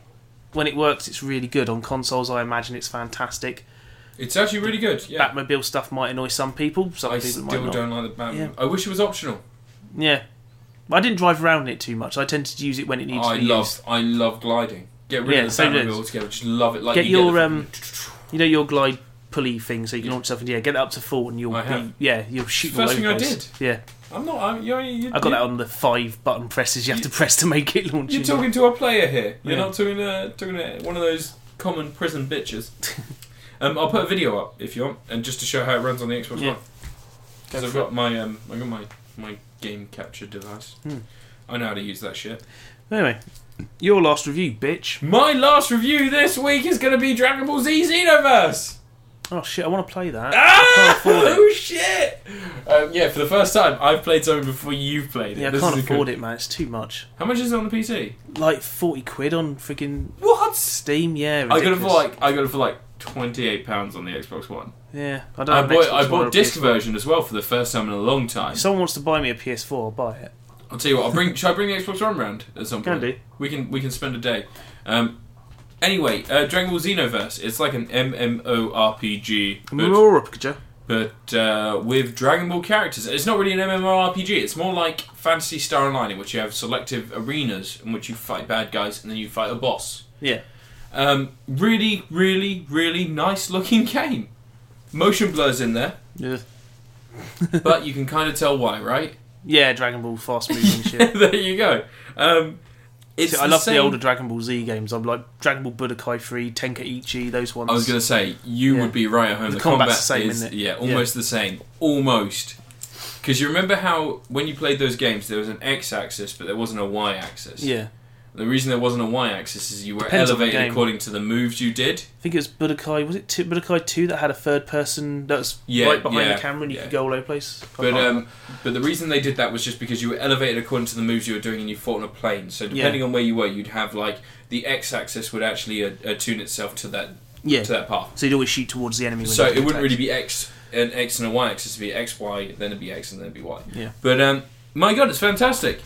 when it works, it's really good on consoles. I imagine it's fantastic.
It's actually really good. Yeah,
Batmobile stuff might annoy some people. Some
I
people
still
might not.
don't like the Batman.
Yeah.
I wish it was optional.
Yeah, But I didn't drive around in it too much. I tended to use it when it needs
I
to be
love,
used.
I love gliding. Get rid
Yeah,
of the
so
Batmobile
does.
altogether. Just love it. Like
Get
you
your,
the-
um, You know your glide pulley thing so you can launch yourself into the air. Get it up to full, and you'll
I
be
have.
yeah, you'll shoot.
First
all
thing
over
I
the place. Yeah,
I'm not. I'm, you, you,
I got
you,
that on the five button presses you have to press to make it launch.
You're
into-
talking to a player here. You're
Yeah.
not talking to, talking to one of those common prison bitches. um, I'll put a video up if you want, and just to show how it runs on the Xbox
Yeah.
One. Because I've got my um, I got my my game capture device.
Hmm.
I know how to use that shit.
Anyway, your last review, bitch.
My last review this week is going to be Dragon Ball Z Xenoverse.
Oh shit, I want to play that.
Ah!
afford it.
Oh shit! Um, yeah, for the first time, I've played something before you've played it.
Yeah, I can't afford it, man. It's too much.
How much is it on the PC?
Like forty quid on freaking
What?
Steam. Yeah,
I got it for
ridiculous.
like I got it for like twenty eight pounds on the Xbox One.
Yeah, I don't.
I
have an
bought
Xbox
I
One or
bought
a
disc
PS4.
version as well for the first time in a long time.
If someone wants to buy me a PS4, I'll buy it.
I'll tell you what. I'll bring. should I bring the Xbox One round at some
Can
point?
do.
We can we can spend a day. Um, anyway, uh, Dragon Ball Xenoverse. It's like an MMORPG, but,
More picture.
but uh, with Dragon Ball characters. It's not really an MMORPG. It's more like Fantasy Star Online, in which you have selective arenas in which you fight bad guys and then you fight a boss.
Yeah.
Um, really, really, really nice looking game. Motion blurs in there,
Yeah.
but you can kind of tell why, right?
Yeah, Dragon Ball fast moving shit.
there you go. Um, it's
See, I love
same-
the older Dragon Ball Z games. I'm like Dragon Ball Budokai 3, Tenkaichi, those ones.
I was going to say you
Yeah.
would be right at home.
The
The,
combat's
combat
the same,
is
isn't it?
yeah, almost the same, almost. Because you remember how when you played those games, there was an x-axis, but there wasn't a y-axis.
Yeah.
The reason there wasn't a y-axis is you were
Depends on the
elevated
game.
according to the moves you did.
I think it was Budokai. Was it two, Budokai 2 that had a third person that was
Yeah,
right behind
yeah,
the camera and you
yeah.
could go all over the place? I
But
can't-
um, but the reason they did that was just because you were elevated according to the moves you were doing, and you fought on a plane. So depending on where you were, you'd have like the x-axis would actually uh, attune itself to that
yeah.
to that path.
So you'd always shoot towards the enemy. When
So
you
it wouldn't
attacked.
really be X an X and a Y axis. It'd be X Y, then it'd be X, and then it'd be Y.
Yeah.
But um, my God, it's fantastic.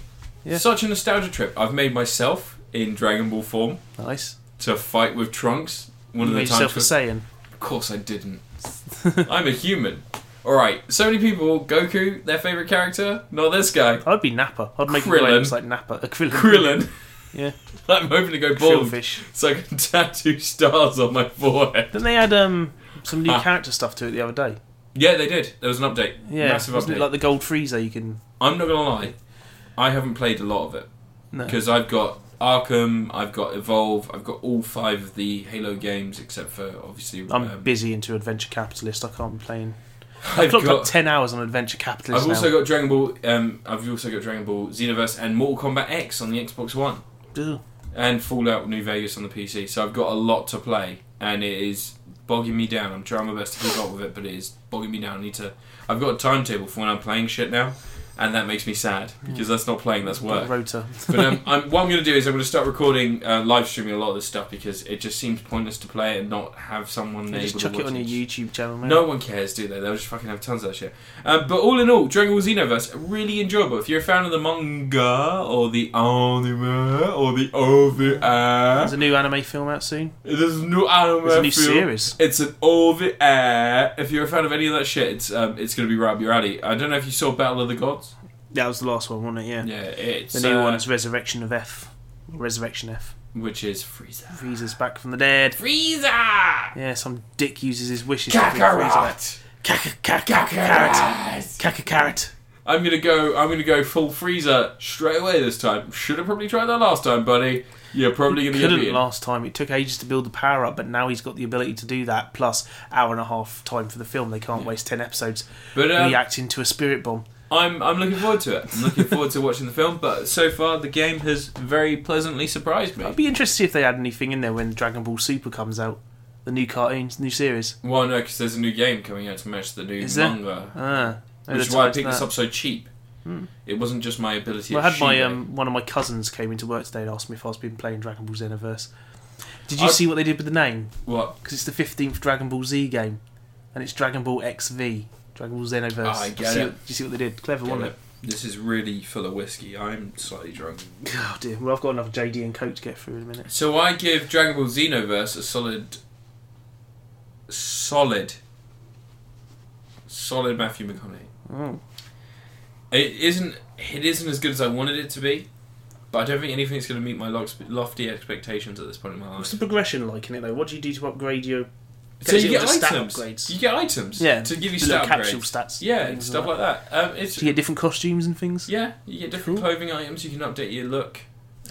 Yeah.
Such a nostalgia trip. I've made myself in Dragon Ball form
Nice.
to fight with Trunks. One
You
of
made
the times.
yourself a Saiyan.
Of course, I didn't. I'm a human. All right. So many people. Goku, their favorite character. Not this guy.
I'd be Nappa. I'd make
Krillin.
names like Nappa. A Krillin.
Krillin.
Yeah.
I'm hoping to go bald
Krillfish.
so I can tattoo stars on my forehead.
Then they had um, some new
Ah.
character stuff to it the other day.
Yeah, they did. There was an update.
Yeah,
Massive
wasn't
update.
it like the gold freezer you can?
I'm not gonna lie, I haven't played a lot of it
No.
because I've got Arkham, I've got Evolve, I've got all five of the Halo games except for obviously.
I'm
um,
busy into Adventure Capitalist. I can't be playing. I've
I've
clocked up
got.
ten hours on Adventure Capitalist.
I've
now.
also got Dragon Ball. Um, I've also got Dragon Ball Xenoverse and Mortal Kombat X on the Xbox One,
Ugh.
and Fallout New Vegas on the PC. So I've got a lot to play, and it is bogging me down. I'm trying my best to keep up with it, but it is bogging me down. I need to. I've got a timetable for when I'm playing shit now, and that makes me sad
Hmm.
because that's not playing. That's work.
Rota.
But um, I'm, what I'm going to do is I'm going to start recording, uh, live streaming a lot of this stuff because it just seems pointless to play it and not have someone
You
able
just
to
chuck
watch
it on your YouTube channel. Mate.
No one cares, do they? They'll just fucking have tons of that shit. Um, but all in all, Dragon Ball Xenoverse really enjoyable. If you're a fan of the manga or the anime or the
There's
OVA,
a new anime film out soon.
there's a new anime.
There's a new
film.
series.
It's an OVA. If you're a fan of any of that shit, it's um, it's going to be right up your alley. I don't know if you saw Battle of the Gods.
That was the last one, wasn't it? Yeah.
Yeah, it's
the new
uh,
one's Resurrection of F. Resurrection F.
which is Frieza.
Freezer's back from the dead.
Frieza.
Yeah, some dick uses his wishes to bring Freezer back.
Kakarot.
Caca, caca, carrot. Caca, carrot.
I'm gonna go. I'm gonna go full freezer straight away this time. Should have probably tried that last time, buddy. You're probably gonna get
couldn't
beaten.
last time. It took ages to build the power up, but now he's got the ability to do that. Plus, hour and a half time for the film. They can't waste ten episodes
But um,
reacting to a spirit bomb.
I'm I'm looking forward to it. I'm looking forward to watching the film. But so far, the game has very pleasantly surprised me.
I'd be interested to see if they had anything in there when Dragon Ball Super comes out, the new cartoons, new series.
Well, no, because there's a new game coming out to match the new
Is there?
manga,
Ah,
which is why I picked this up so cheap. It wasn't just my
Hmm.
ability.
Well, I
of
had my
She-Ra.
um, one of my cousins came into work today and asked me if I was been playing Dragon Ball Xenoverse. Did you
I-
see what they did with the name?
What?
Because it's the fifteenth Dragon Ball Z game, and it's Dragon Ball XV, Dragon Ball Xenoverse.
Ah, I get
see
it.
What, do you see what they did? Clever, wasn't it?
This is really full of whiskey. I'm slightly drunk.
Oh dear. Well, I've got another JD and Coke to get through in a minute.
So I give Dragon Ball Xenoverse a solid, solid, solid Matthew McConaughey.
Oh.
It isn't. It isn't as good as I wanted it to be, but I don't think anything's going to meet my lox- lofty expectations at this point in my
What's
life.
the progression like in it though? What do you do to upgrade your
So you
it
get
was just stat
items.
upgrades.
You get items.
Yeah,
To give you
the little
stat
capsule
upgrades.
stats.
Yeah, and
things
stuff
like
like that. Um, it's
Do you get different costumes and things?
yeah, you get different
Cool.
clothing items. You can update your look.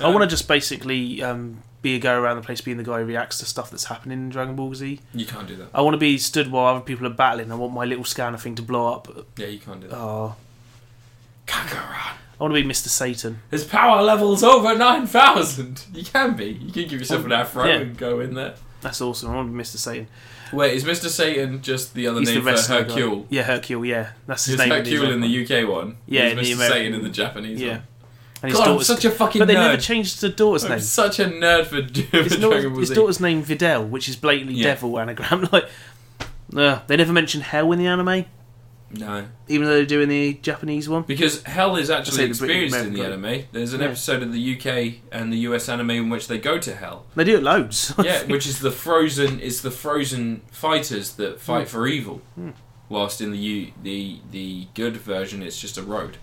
I want to just basically um, be a go around the place, being the guy who reacts to stuff that's happening in Dragon Ball Z.
You can't do that.
I want to be stood while other people are battling. I want my little scanner thing to blow up.
Yeah, you can't do that.
Oh,
Oh. Kakaran
I want to be Mr. Satan.
His power level's over 9,000! You can be. You can give yourself an afro
Yeah.
and go in there.
That's awesome. I want to be Mr. Satan.
Wait, is Mr. Satan just the other
He's the
name for
wrestler guy.
Hercule?
Yeah, Hercule. Yeah, that's his
It's
name.
Hercule in
American
the UK one.
Yeah,
It's
in
Mr.
the American-
Satan in the Japanese
Yeah,
one.
and his
God, I'm
daughter's.
such a fucking
but they
nerd.
never changed the daughter's
I'm
name.
such a nerd for, for
His, daughter,
Dragon Ball
his
Z.
daughter's name Videl, which is blatantly
Yeah.
devil anagram. Like, uh, they never mention hell in the anime,
No.
even though they do in the Japanese one.
Because hell is actually
I say the British
experienced in the
American
anime. There's an
Yeah.
episode of the UK and the US anime in which they go to hell.
They do it loads.
Yeah, which is the frozen. It's the frozen fighters that fight for evil.
Hmm.
Whilst in the U, the the good version, it's just a road.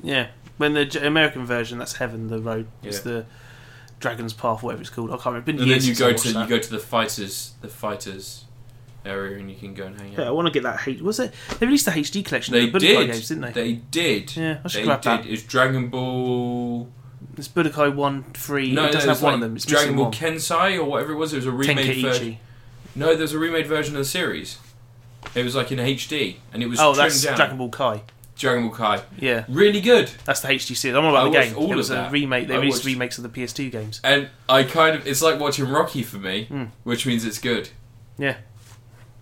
Yeah, when the J- American version, that's heaven. The road it's
Yeah.
the Dragon's Path, whatever it's called. I can't remember. It's been
And then
years
you
since
go
I
to
watched
you
that.
go to the fighters the fighters area, and you can go and hang
Yeah, I
out.
want to get that. H- was it? They released the HD collection.
They
of the Budokai
did.
games, didn't they?
They did.
Yeah, I should
They
grab
did.
that.
It's Dragon Ball.
It's Budokai one, three.
No,
it doesn't
no,
have
it's
one
like
of them. It's missing
Dragon Ball
one.
Kensai or whatever it was. It was a remade version.
Tenkaichi.
No, there's a remade version of the series. It was like in HD, and it was
Oh,
trimmed
that's
down.
Dragon Ball Kai.
Dragon Ball Kai.
Yeah,
Really good.
that's the HD series. I'm on about
I
the
watched
game.
all
it was
of
a
that.
remake. They
I
released
watched-
remakes of the PS2 games.
And I kind of it's like watching Rocky for me,
Mm.
which means it's good.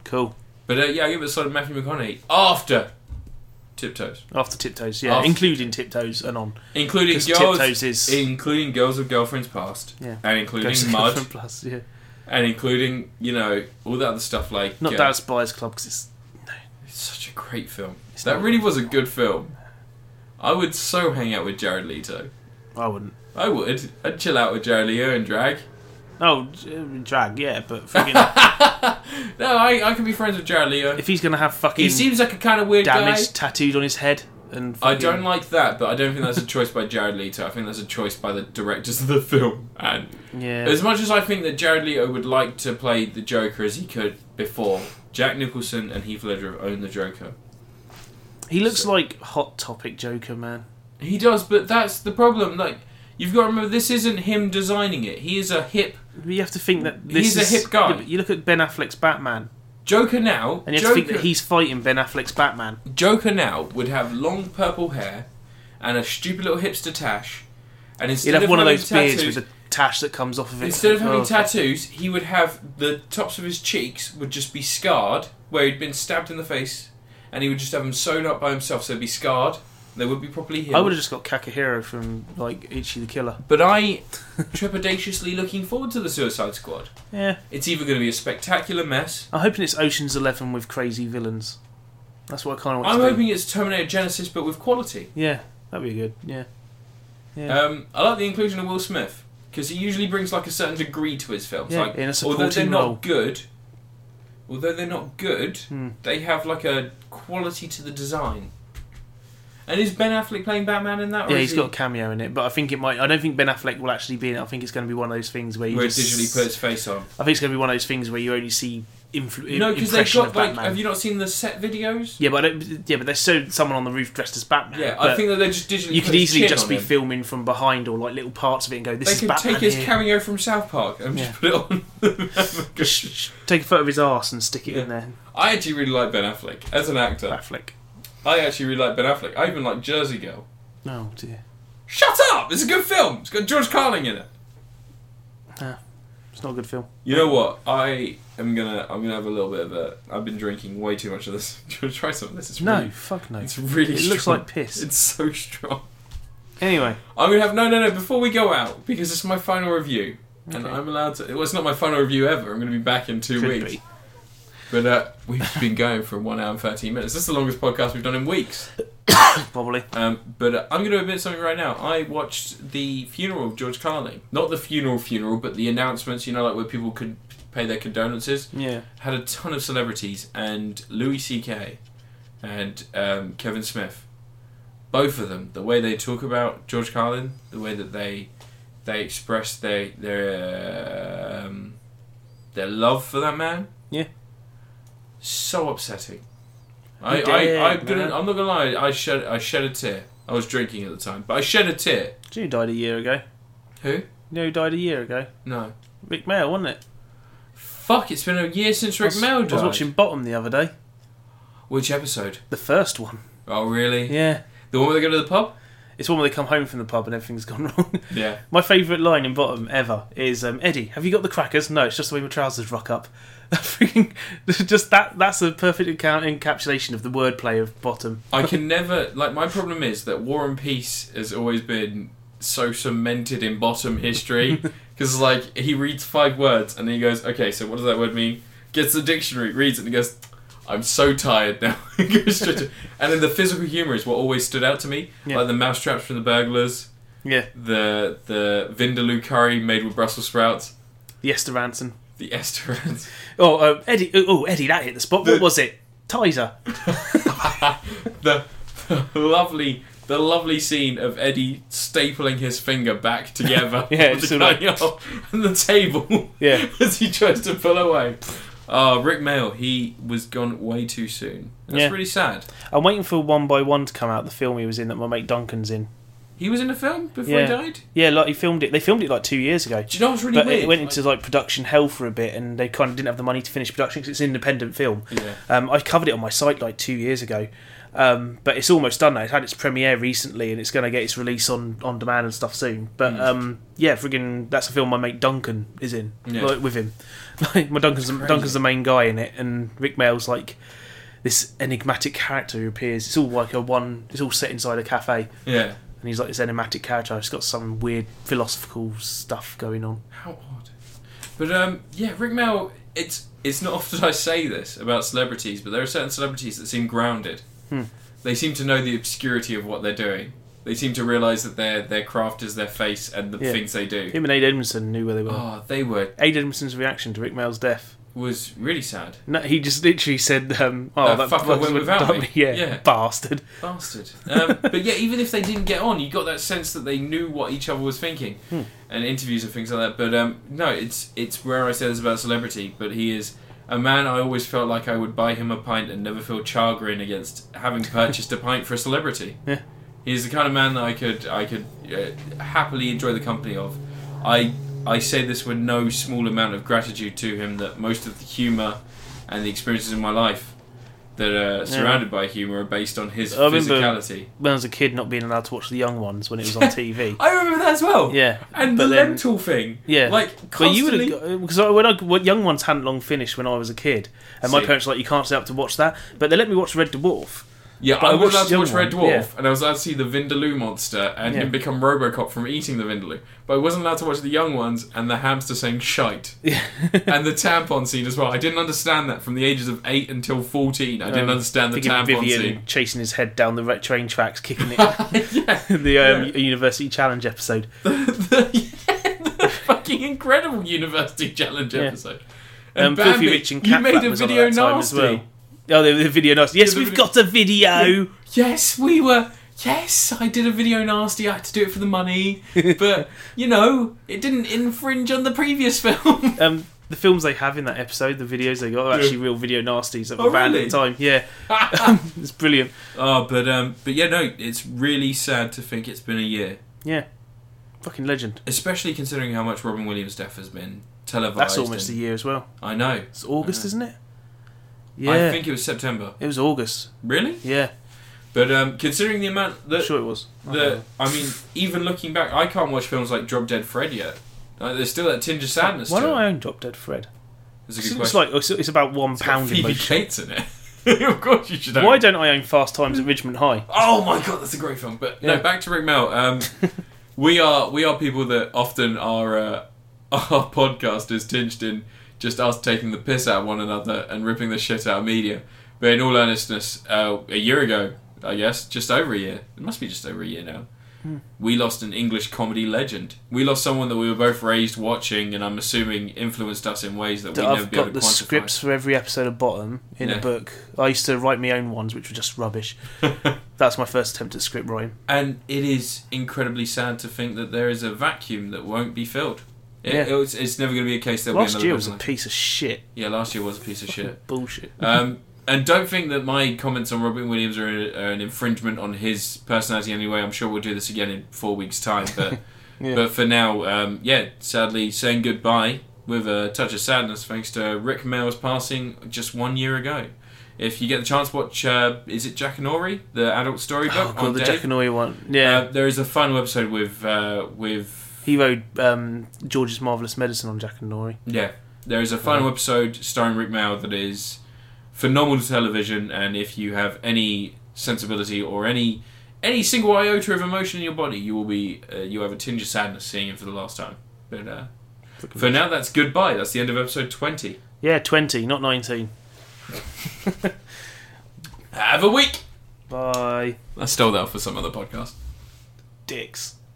Cool.
But uh, yeah, I give it a solid Matthew McConaughey after Tiptoes,
After Tiptoes, yeah,
After-
including Tiptoes and on.
including
'Cause
girls,
Tiptoes is
including girls of girlfriends past,
Yeah.
and including
Ghost
mud,
Girlfriend Plus, yeah.
and including you know all that other stuff like
Not
uh,
Dallas Buyers Club because it's
It's such a great film.
It's
that
not-
really was a good film. I would so hang out with Jared Leto.
I wouldn't.
I would. I'd chill out with Jared Leto and drag.
Oh, j- drag, yeah, but fucking,
No, I, I can be friends with Jared Leto.
if he's gonna have fucking
He seems like a kind of weird guy.
damage tattooed on his head and
I
fucking,
don't like that, but I don't think that's a choice by Jared Leto. I think that's a choice by the directors of the film. And
yeah,
as much as I think that Jared Leto would like to play the Joker as he could before, Jack Nicholson and Heath Ledger have owned the Joker.
he looks like Hot Topic Joker man.
He does, but that's the problem. Like you've got to remember, this isn't him designing it. He is a hip
But you have to think that this
He's a
is,
hip guy.
Yeah, but You look at Ben Affleck's Batman,
Joker now.
and you have
Joker,
to think that he's fighting Ben Affleck's Batman.
Joker now would have long purple hair and a stupid little hipster tash, and instead
He'd have
of
one of
having
those
tattoos,
beards with a tash that comes off of it.
Instead of having
Oh,
tattoos, he would have the tops of his cheeks would just be scarred where he'd been stabbed in the face, and he would just have them sewn up by himself so they'd be scarred. They would be properly healed.
I would have just got Kakahiro from like Ichi the Killer.
But I trepidatiously looking forward to the Suicide Squad.
Yeah,
It's either going to be a spectacular mess.
I'm hoping it's Ocean's Eleven with crazy villains. That's what I kind of want
I'm
to do.
hoping it's Terminator Genesis, but with quality.
Yeah, that'd be good. Yeah, yeah.
Um, I like the inclusion of Will Smith because he usually brings like a certain degree to his films.
Yeah,
like,
in a
although they're
supporting
not
role.
good, although they're not good,
Hmm.
they have like a quality to the design. And is Ben Affleck playing Batman in that? or
Yeah,
is
he's
he-
got a cameo in it, but I think it might. I don't think Ben Affleck will actually be in it. I think it's going to be one of those things where you
where he
just,
digitally put his face on.
I think it's going to be one of those things where you only see influ-
no, because they've
impression
got
of
like.
Batman.
Have you not seen the set videos?
Yeah, but I don't, yeah, but they showed someone on the roof dressed as Batman.
Yeah, I
but
think that they're just digitally.
you
put
could
his
easily
chin
just
on
be
him.
filming from behind or like little parts of it and go, "This
They
is
could
Batman."
take his
here.
cameo from South Park and
Yeah.
just put it on.
Just sh- take a photo of his ass and stick it
Yeah.
in there.
I actually really like Ben Affleck as an actor.
Affleck.
I actually really like Ben Affleck. I even like Jersey Girl.
Oh dear,
Shut up! It's a good film. It's got George Carling in it.
it's not a good film.
You know what? I am gonna I'm gonna have a little bit of a. I've been drinking way too much of this. Do you want to try some of this? It's
no,
really,
fuck no.
it's really.
it looks
strong.
like piss.
It's so strong.
anyway,
I'm gonna have no no no before we go out because it's my final review and
Okay.
I'm allowed to. Well, it's not my final review ever. I'm gonna be back in two
could
weeks.
be.
But uh, we've been going for one hour and thirteen minutes. This is the longest podcast we've done in weeks.
probably.
Um, but uh, I'm going to admit something right now. I watched the funeral of George Carlin. Not the funeral funeral, but the announcements, you know, like where people could pay their condolences.
Yeah,
Had a ton of celebrities and Louis C.K. and um, Kevin Smith. Both of them, the way they talk about George Carlin, the way that they they express their their um, their love for that man.
Yeah.
so upsetting. I,
You
I,
did,
I, am
man.
not gonna lie. I shed, I shed a tear. I was drinking at the time, but I shed a tear.
Do you know who died a year ago?
Who?
You know who died a year ago?
No.
Rick Mail, wasn't it?
Fuck! It's been a year since
I
Rick
was-
Mail died.
I was watching Bottom the other day.
Which episode?
The first one.
Oh, really?
Yeah.
The one where they go to the pub?
It's one where they come home from the pub and everything's gone wrong.
Yeah.
My favourite line in Bottom ever is um, Eddie, have you got the crackers? No, it's just the way my trousers rock up. Freaking, just that that's a perfect account encapsulation of the wordplay of Bottom.
I can never like my problem is that War and Peace has always been so cemented in bottom history because like he reads five words and then he goes, okay, so what does that word mean? Gets the dictionary, reads it, and he goes, I'm so tired now. He goes straight to- and then the physical humor is what always stood out to me,
Yeah.
like the mousetraps from the Burglars,
Yeah,
the the Vindaloo curry made with Brussels sprouts,
the Esther Ranson.
the Esterans.
Oh, um, Eddie, oh, oh, Eddie, that hit the spot.
The-
what was it? Tizer.
the, the lovely the lovely scene of Eddie stapling his finger back together
Yeah,
with
it's
the
all right.
guy up on the table
Yeah.
as he tries to pull away. Uh, Rick Mail, he was gone way too soon. That's
Yeah.
really sad.
I'm waiting for One by One to come out, the film he was in that my mate Duncan's in.
He was in a film before
Yeah.
he died.
Yeah, like he filmed it. They filmed it like two years ago.
Do you know what's really
But
weird?
it went into like production hell for a bit, and they kind of didn't have the money to finish production because it's an independent film.
yeah.
Um, I covered it on my site like two years ago, um, but it's almost done now. It had its premiere recently, and it's going to get its release on, on demand and stuff soon. But
Mm.
um, yeah, friggin' that's a film my mate Duncan is in,
Yeah.
like with him. Like my Duncan's
Crazy.
Duncan's the main guy in it, and Rick Mail's like this enigmatic character who appears. It's all like a one. It's all set inside a cafe,
yeah.
and he's like this enigmatic character. It's got some weird philosophical stuff going on.
How odd. But um, yeah, Rick Mail. It's it's not often I say this about celebrities, but there are certain celebrities that seem grounded. They seem to know the obscurity of what they're doing. They seem to realise that their their craft is their face and the
Yeah.
things they do.
Him and Aid Edmondson knew where they were.
Oh, they were
Aid Edmondson's reaction to Rick Mail's death.
was really sad.
No, he just literally said, um, "Oh,
That
that
fucker
bloke
went
would've
without
done
me.
Yeah,
Yeah.
bastard.
Bastard. Um, but yeah, even if they didn't get on, you got that sense that they knew what each other was thinking, and interviews and things like that. But um, no, it's it's where I say this about celebrity, but he is a man I always felt like I would buy him a pint and never feel chagrin against having purchased a pint for a celebrity.
Yeah.
He's the kind of man that I could I could uh, happily enjoy the company of. I I say this with no small amount of gratitude to him that most of the humour and the experiences in my life that are surrounded by humour are based on his
I remember-
physicality.
When I was a kid, not being allowed to watch the young ones when it was on TV.
I remember that as well.
Yeah,
And
but
the
then-
lentil thing.
Yeah,
Like
but you
constantly.
would because I, when I when young ones hadn't long finished when I was a kid, and my
See.
parents were like you can't stay up to watch that, but they let me watch Red Dwarf.
yeah,
but
I
I
was
watched
allowed to
Young
watch Red
One,
Dwarf,
yeah.
and I was allowed to see the Vindaloo monster and
Yeah.
him become RoboCop from eating the Vindaloo. But I wasn't allowed to watch the young ones and the hamster saying shite. and the tampon scene as well. I didn't understand that from the ages of eight until fourteen. I didn't
Um,
understand the
Thinking of
tampon
Vivian
scene.
chasing his head down the re- train tracks, kicking it.
yeah.
the um,
Yeah.
University Challenge episode.
the, the fucking incredible University Challenge
Yeah.
episode. And
Um,
Bambi,
Filthy Rich and
you
Cat
made
Flap
a
was on at
video
that time
nasty.
as well. Oh, the, the video nasty. Yes,
the
we've
video-
got a video.
Yes, we were. Yes, I did a video nasty. I had to do it for the money, but you know, it didn't infringe on the previous film.
um, the films they have in that episode, the videos they got are actually real video nasties that were
Oh,
banned
really?
at the time. Yeah, it's brilliant.
oh, but um, but yeah, no, it's really sad to think it's been a year,
Yeah, fucking legend.
especially considering how much Robin Williams' death has been televised.
That's almost a
and-
year as well.
I know.
It's August, isn't it? Yeah,
Uh, I think it was September.
it was August.
Really?
Yeah,
But um, considering the amount
I'm
that
sure it was.
The, I mean, even looking back, I can't watch films like Drop Dead Fred yet. Like, there's still that tinge of sadness
Why
to
don't
it.
I own Drop Dead Fred?
It's a
It's,
good
it's
question.
like it's, it's about one
It's got
pound in
Phoebe
my-
Cates in it. of course you should. Own
Why
it.
don't I own Fast Times at Ridgemont High?
Oh my god, that's a great film. But
Yeah.
no, back to Rick Mel. Um, we are we are people that often our uh, our podcast is tinged in just us taking the piss out of one another and ripping the shit out of media. But in all earnestness, uh, a year ago, I guess, just over a year, it must be just over a year now.
Hmm.
We lost an English comedy legend. We lost someone that we were both raised watching, and I'm assuming influenced us in ways that
That
we never
I've
be able
got
to
the
quantify.
scripts for every episode of Bottom in
Yeah.
a book. I used to write my own ones, which were just rubbish. That's my first attempt at script writing.
And it is incredibly sad to think that there is a vacuum that won't be filled. It,
Yeah.
it was, it's never going to be a case there'll be
Last
another
year was a
version.
piece of shit.
Yeah, last year was a piece of shit.
Bullshit.
Um, and don't think that my comments on Robin Williams are, a, are an infringement on his personality anyway. I'm sure we'll do this again in four weeks' time. But
Yeah.
but for now, um, yeah, sadly saying goodbye with a touch of sadness thanks to Rick Mail's passing just one year ago. If you get the chance, watch uh, is it Jackanory, the adult storybook
Oh,
on
God, the
Dave?
Jackanoy one. Yeah.
Uh, there is a final episode with uh, with
he wrote um, George's Marvelous Medicine on Jack and Nori.
Yeah, there is a final episode starring Rick Mail that is phenomenal television, and if you have any sensibility or any any single iota of emotion in your body, you will be uh, you have a tinge of sadness seeing it for the last time. But uh, for now, that's goodbye. That's the end of episode twenty.
Yeah, 20, not 19.
Have a week.
Bye.
I stole that for some other podcast.
Dicks.